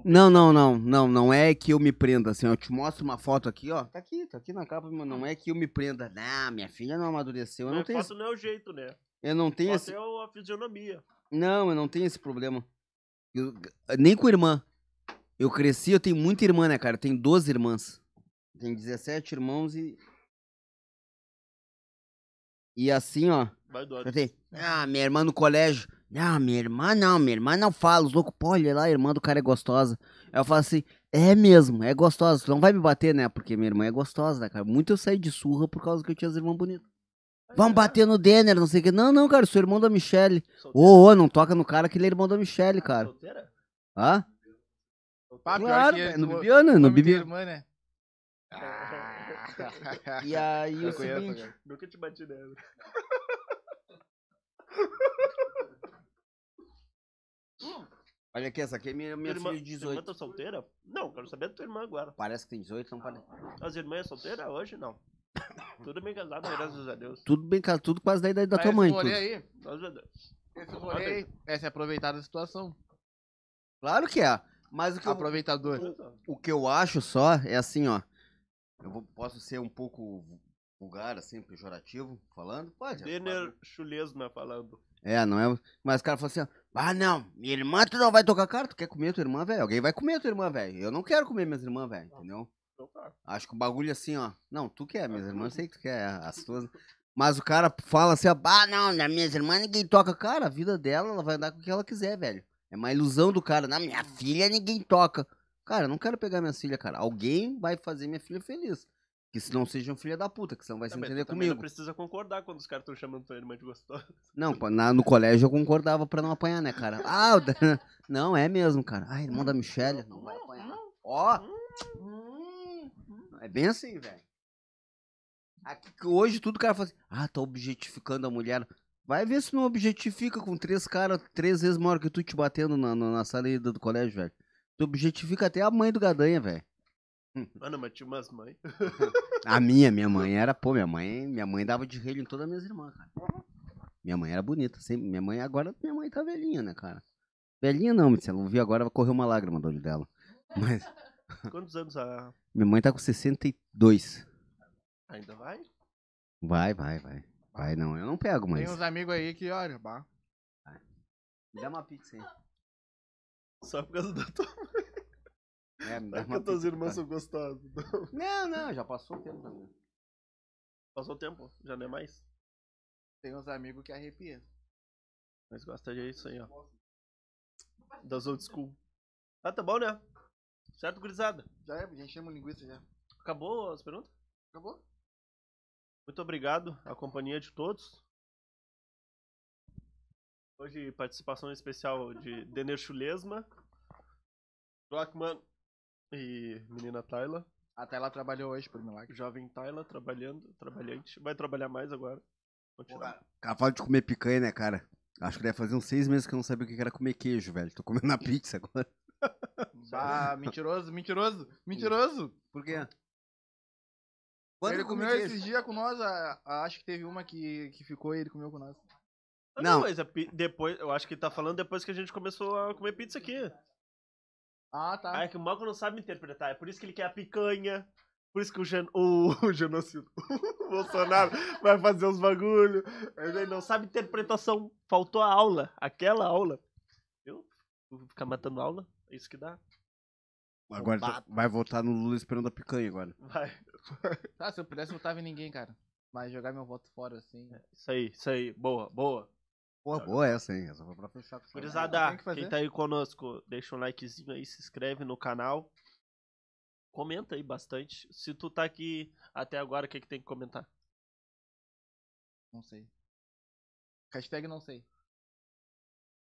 Não, não, não, não, não é que eu me prenda, assim, eu te mostro uma foto aqui, ó, tá aqui, tá aqui na capa, mas não é que eu me prenda, não, minha filha não amadureceu, eu não
Mas
tenho, esse-
foto não é o jeito, né?
eu não tenho
Foto
esse,
é o- a fisionomia.
não, eu não tenho esse problema, Eu- nem com irmã, eu cresci, eu tenho muita irmã, né, cara, eu tenho 12 irmãs, tenho 17 irmãos e... E assim, ó,
Vai do
eu tenho, ah, minha irmã no colégio. Ah, minha irmã não, minha irmã não fala. Os loucos, pô, olha lá, a irmã do cara é gostosa. Aí eu falo assim, é mesmo, é gostosa. Tu não vai me bater, né? Porque minha irmã é gostosa, né, cara? Muito eu saí de surra por causa que eu tinha as irmãs bonitas. Vamos bater no Denner, não sei o que. Não, não, cara, sou irmão da Michelle. Ô,
Solteira? Tá
ô, não toca no cara que ele é irmão da Michelle, cara.
Solteira?
Hã?
Pá, pior
claro, é,
que é
velho, no
tu-
Bibiana,
nome
no
da
Bibiana.
irmã, né?
[laughs] E aí, o
Eu conheço,
seguinte...
cara.
Nunca te bati nela.
Olha aqui, essa aqui é minha, minha
irmã,
filha de
tua irmã
18.
tá solteira? Não, quero saber da tua irmã agora.
Parece que tem então 18,
Ah.
não parece.
As irmãs é solteira hoje? [coughs] Não. Tudo bem casado, graças a Deus.
Tudo bem, cara, tudo quase da idade da
Mas
tua mãe.
Esse rolê
tudo.
aí,
Graças a Deus.
esse rolê aí, é se aproveitar da situação.
Claro que é. Mas o que eu vou
Aproveitador.
O que eu acho só é assim, ó. Eu vou- posso ser um pouco vulgar, assim, pejorativo, falando? Pode. um
Denner Chulesma falando.
É, não é. Mas o cara fala assim, ó. Ah, não, minha irmã, tu não vai tocar cara, tu quer comer tua irmã, velho? Alguém vai comer tua irmã, velho. Eu não quero comer minhas irmãs, velho, entendeu?
Então tá.
Acho que o bagulho é assim, ó. Não, tu quer, minhas irmãs, eu sei que tu quer as tuas. né? Mas o cara fala assim, ó, ah, não, na minhas irmãs ninguém toca. Cara, a vida dela, ela vai andar com o que ela quiser, velho. É uma ilusão do cara. Na minha filha ninguém toca. Cara, eu não quero pegar minha filha, cara. Alguém vai fazer minha filha feliz. Que se não seja um filho da puta, que senão vai se
Também-
entender
Tá também
comigo.
Não precisa concordar quando os caras estão chamando tua irmã de gostosa.
Não, pô, na- no colégio eu concordava pra não apanhar, né, cara? Ah, o Dan- [laughs] não, é mesmo, cara. Ah, irmão da Michelle, não vai apanhar. Ó! É bem assim, velho. Aqui que Hoje tudo o cara fala assim, ah, tá objetificando a mulher. Vai ver se não objetifica com três caras três vezes maior que tu te batendo na, na, na saída do colégio, velho. Tu objetifica até a mãe do Gadanha, velho.
Mano, Ah, mas tinha umas
[laughs]
mães.
A minha, minha mãe era, pô, minha mãe, minha mãe dava de relho em todas as minhas irmãs, cara. Minha mãe era bonita, sempre. Minha mãe agora, minha mãe tá velhinha, né, cara? Velhinha não, se ela ouvir agora, vai correr uma lágrima do olho dela. Mas
Quantos anos a...
minha mãe tá com 62.
ainda vai?
Vai, vai, vai. Vai não, eu não pego,
Tem
mas.
uns amigos aí que, olha, bah.
Me dá uma pizza aí.
Só por causa da tua.
É, me dá
É que
uma
as tuas
pizza,
irmãs
tá?
são gostosas.
Não, não, já passou o tempo também.
Passou o tempo, já não é mais.
Tem uns amigos que arrepia.
Mas gosta de isso aí, ó. Das old school. Ah, tá bom, né? Certo, gurizada?
Já é, já enchemos linguiça já.
Acabou as perguntas?
Acabou?
Muito obrigado à companhia de todos. Hoje, participação especial de Denner Chulesma, Rockman e menina Tayla.
Até ela trabalhou hoje, por [laughs] milagre.
Jovem Tayla trabalhando, trabalhante. Vai trabalhar mais agora. Continua.
Cara, fala de comer picanha, né, cara? Acho que deve fazer uns seis meses que eu não sabia o que era comer queijo, velho. Tô comendo a pizza agora.
Bah, mentiroso, mentiroso, mentiroso.
Por quê?
ele comeu esses dias com nós, a- a- acho que teve uma que, que ficou e ele comeu com nós.
Ah, não,
Não.
mas é pi- depois, eu acho que ele tá falando depois que a gente começou a comer pizza aqui.
Ah,
Ah,
tá.
é que o Malco não sabe interpretar, é por isso que ele quer a picanha. Por isso que o, gen o, o [laughs] genocídio, o Bolsonaro vai fazer uns bagulho. Ele não sabe interpretação. Faltou a aula, aquela aula. Eu vou ficar matando aula, é isso que dá.
Agora tá- vai votar no Lula esperando a picanha agora.
Vai.
Tá, se eu pudesse, eu votava em ninguém, cara. Mas jogar meu voto fora, assim.
Isso aí, isso aí. Boa, boa.
Porra, boa essa, hein? Essa foi pra fechar com isso.
Gurizada,
tem que fazer.
quem tá aí conosco, deixa um likezinho aí, se inscreve no canal. Comenta aí bastante. Se tu tá aqui até agora, o que, que tem que comentar?
Não sei. Hashtag não sei.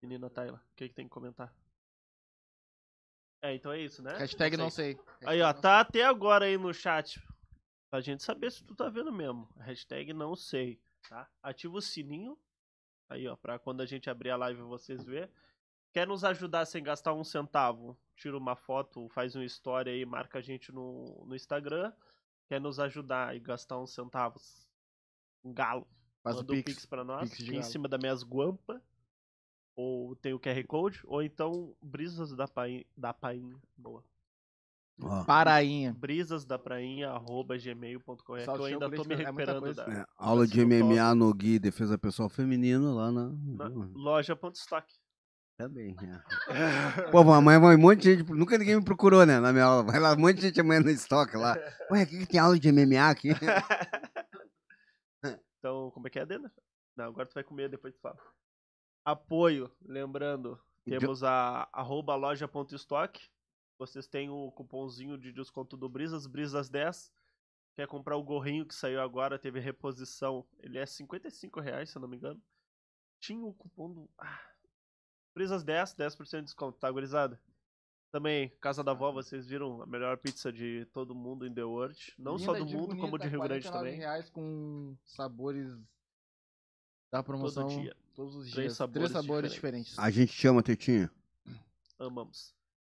Menina Tayla, o que, que tem que comentar? É, então é isso, né?
Hashtag não sei.
Aí, ó, tá até agora aí no chat. Pra gente saber se tu tá vendo mesmo. Hashtag não sei, tá? Ativa o sininho. Aí, ó, pra quando a gente abrir a live vocês ver. Quer nos ajudar sem gastar um centavo? Tira uma foto, faz um story aí, marca a gente no, no Instagram. Quer nos ajudar e gastar uns centavos? Um galo.
Faz o
Manda um
pix.
pix pra nós,
Pix de
aqui em
galo.
cima da minhas guampa. Ou tem o QR Code, ou então Brisas da Pain, da Pain, boa.
Ó,
Parainha.
Brisas da Prainha, arroba gmail.com. É que
Salsicha
eu ainda tô
política
me
é muita
recuperando
coisa.
da
é, aula de
Nossa, eu tô-
MMA no Gui, defesa pessoal feminino lá na.
na loja.stock.
Também. É. Pô, amanhã vai um monte de gente. Nunca ninguém me procurou, né? Na minha aula. Vai lá um monte de gente amanhã no estoque lá. Ué, o que, que tem aula de MMA aqui?
Então, como é que é, Dena? Não, agora tu vai comer, depois tu fala. Apoio, lembrando,
Jo-
temos a arroba loja.stock. Vocês têm o cupomzinho de desconto do Brisas, Brisas10. Quer comprar o gorrinho que saiu agora, teve reposição. Ele é R$ 55 reais, se eu não me engano. Tinha o cupom do... Ah. Brisas10, 10% de desconto, tá, gurizada? Também, Casa da
Ah.
Vó, vocês viram a melhor pizza de todo mundo em The World. Não só
Linda
do
de
mundo, como
bonita,
de Rio Grande
49
também.
reais com sabores da promoção.
dia.
Todos os dias.
Três sabores
diferentes.
A gente chama, Tetinho.
Amamos.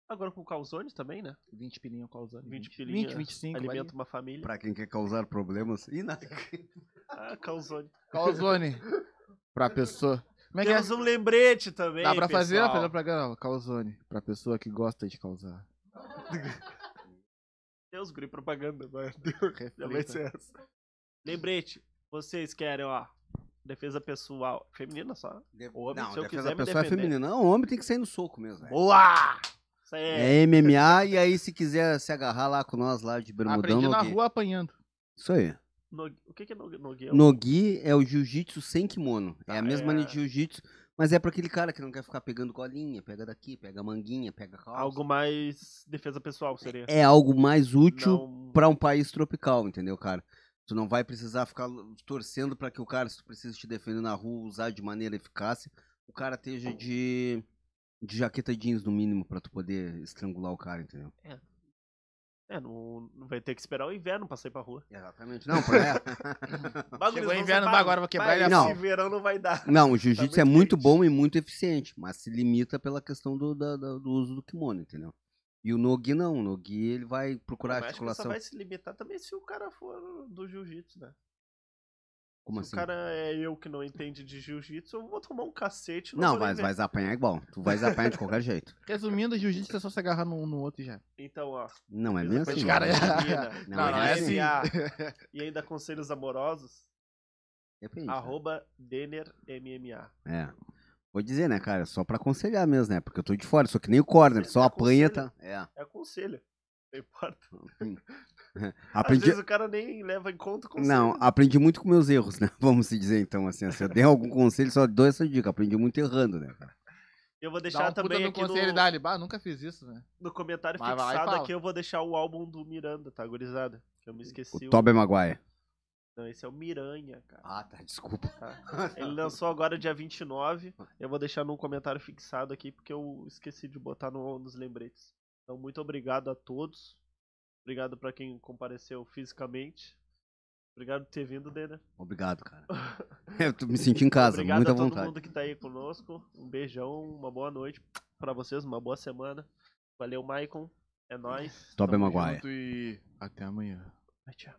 Agora com calzone também, né?
20 pilinha causando.
20 pilinha,
20, 25.
Alimenta uma família.
Pra quem quer causar problemas. Ih, nada.
Ah, calzone.
Calzone. pra pessoa. Como é que é?
Temos um lembrete também,
Dá pra fazer,
pessoal.
fazer pra galera. Calzone. Pra pessoa que gosta de causar.
Deus, guri propaganda. né? Vai. [laughs] Já vai
Reflita.
ser essa. Lembrete. Vocês querem, ó, defesa pessoal. Feminina só. O homem,
não,
se eu
defesa
quiser me
pessoal é
defender.
feminina. Não, o homem tem que sair no soco mesmo. velho.
Boa! Isso aí é...
É MMA e aí se quiser se agarrar lá com nós lá de bermudão
Aprendi
no
na
Gui.
rua apanhando.
Isso aí.
no- O que que é no- Nogueira?
No Gui é o jiu-jitsu sem kimono.
Tá,
é a mesma
é-
linha de jiu-jitsu, mas é pra aquele cara que não quer ficar pegando colinha, pega daqui, pega manguinha, pega calça.
Algo mais defesa pessoal seria.
É algo mais útil
Não-
pra um país tropical, entendeu, cara? Tu não vai precisar ficar torcendo pra que o cara, se tu precisa te defender na rua, usar de maneira eficaz, o cara esteja de, de jaqueta jeans no mínimo pra tu poder estrangular o cara, entendeu?
É, não, não vai ter que esperar o inverno pra sair pra rua.
Exatamente. Não, pra é.
Bagulho,
Chegou
não
inverno,
separa.
agora vou quebrar
Vai,
ele a
assim. Esse
pau.
verão não vai dar.
[laughs] Não, o jiu-jitsu é muito
muito quente.
bom e muito eficiente, mas se limita pela questão do, da- da- do uso do kimono, entendeu? E o Nogi não, o Nogi ele vai procurar
Mas acho que só
articulação.
vai se limitar também se o cara for do jiu-jitsu, né?
Como
Se
assim?
o cara é eu que não entende de jiu-jitsu, eu vou tomar um cacete.
Não,
vou nem
mas
ver.
vai apanhar igual. Tu vai apanhar de qualquer jeito.
Resumindo, jiu-jitsu é só se agarrar num no outro e já.
Então, ó. [laughs]
Não é
fiz
mesmo?
a
Os
Não,
cara-
é. pegadinha,
[laughs] Não,
Não,
é
Ah,
não é
assim.
assim.
SA, E ainda conselhos amorosos.
Depende. né?
Arroba Denner MMA.
É. Vou dizer, né, cara? Só pra aconselhar mesmo, né? Porque eu tô de fora, sou que nem o corner, só
É,
apanha,
aconselho.
tá? É.
É conselho. Não importa. Às
Aprendi.
vezes o cara nem leva em conta o conselho.
Não, aprendi muito com meus erros, né? [laughs] Vamos se dizer então, assim, ó, se eu der algum conselho, só dou essa dica. Aprendi muito errando, né, cara?
Eu vou
Dá
deixar
um puta
também
no
aqui
conselho
no,
da Alibá, nunca fiz isso, né?
no comentário
Mas vai lá e
fixado
fala.
aqui, eu vou deixar o álbum do Miranda, tá, gurizada? Que eu me
O é
esqueci.
Tobey Maguire.
Não, esse é o Miranha, cara.
Ah, tá, desculpa.
Ele lançou agora dia 29. Eu vou deixar num comentário fixado aqui, porque eu esqueci de botar no- nos lembretes. Então, muito obrigado a todos. Obrigado pra quem compareceu fisicamente. Obrigado por ter vindo, Dena. [laughs]
Obrigado, cara. Eu tô me senti em casa,
obrigado
muita
a todo
vontade.
mundo que tá aí conosco. Um beijão, uma boa noite pra vocês, uma boa semana. Valeu, Maicon. É nóis.
Tobey Maguire.
Junto e até amanhã.
Tchau.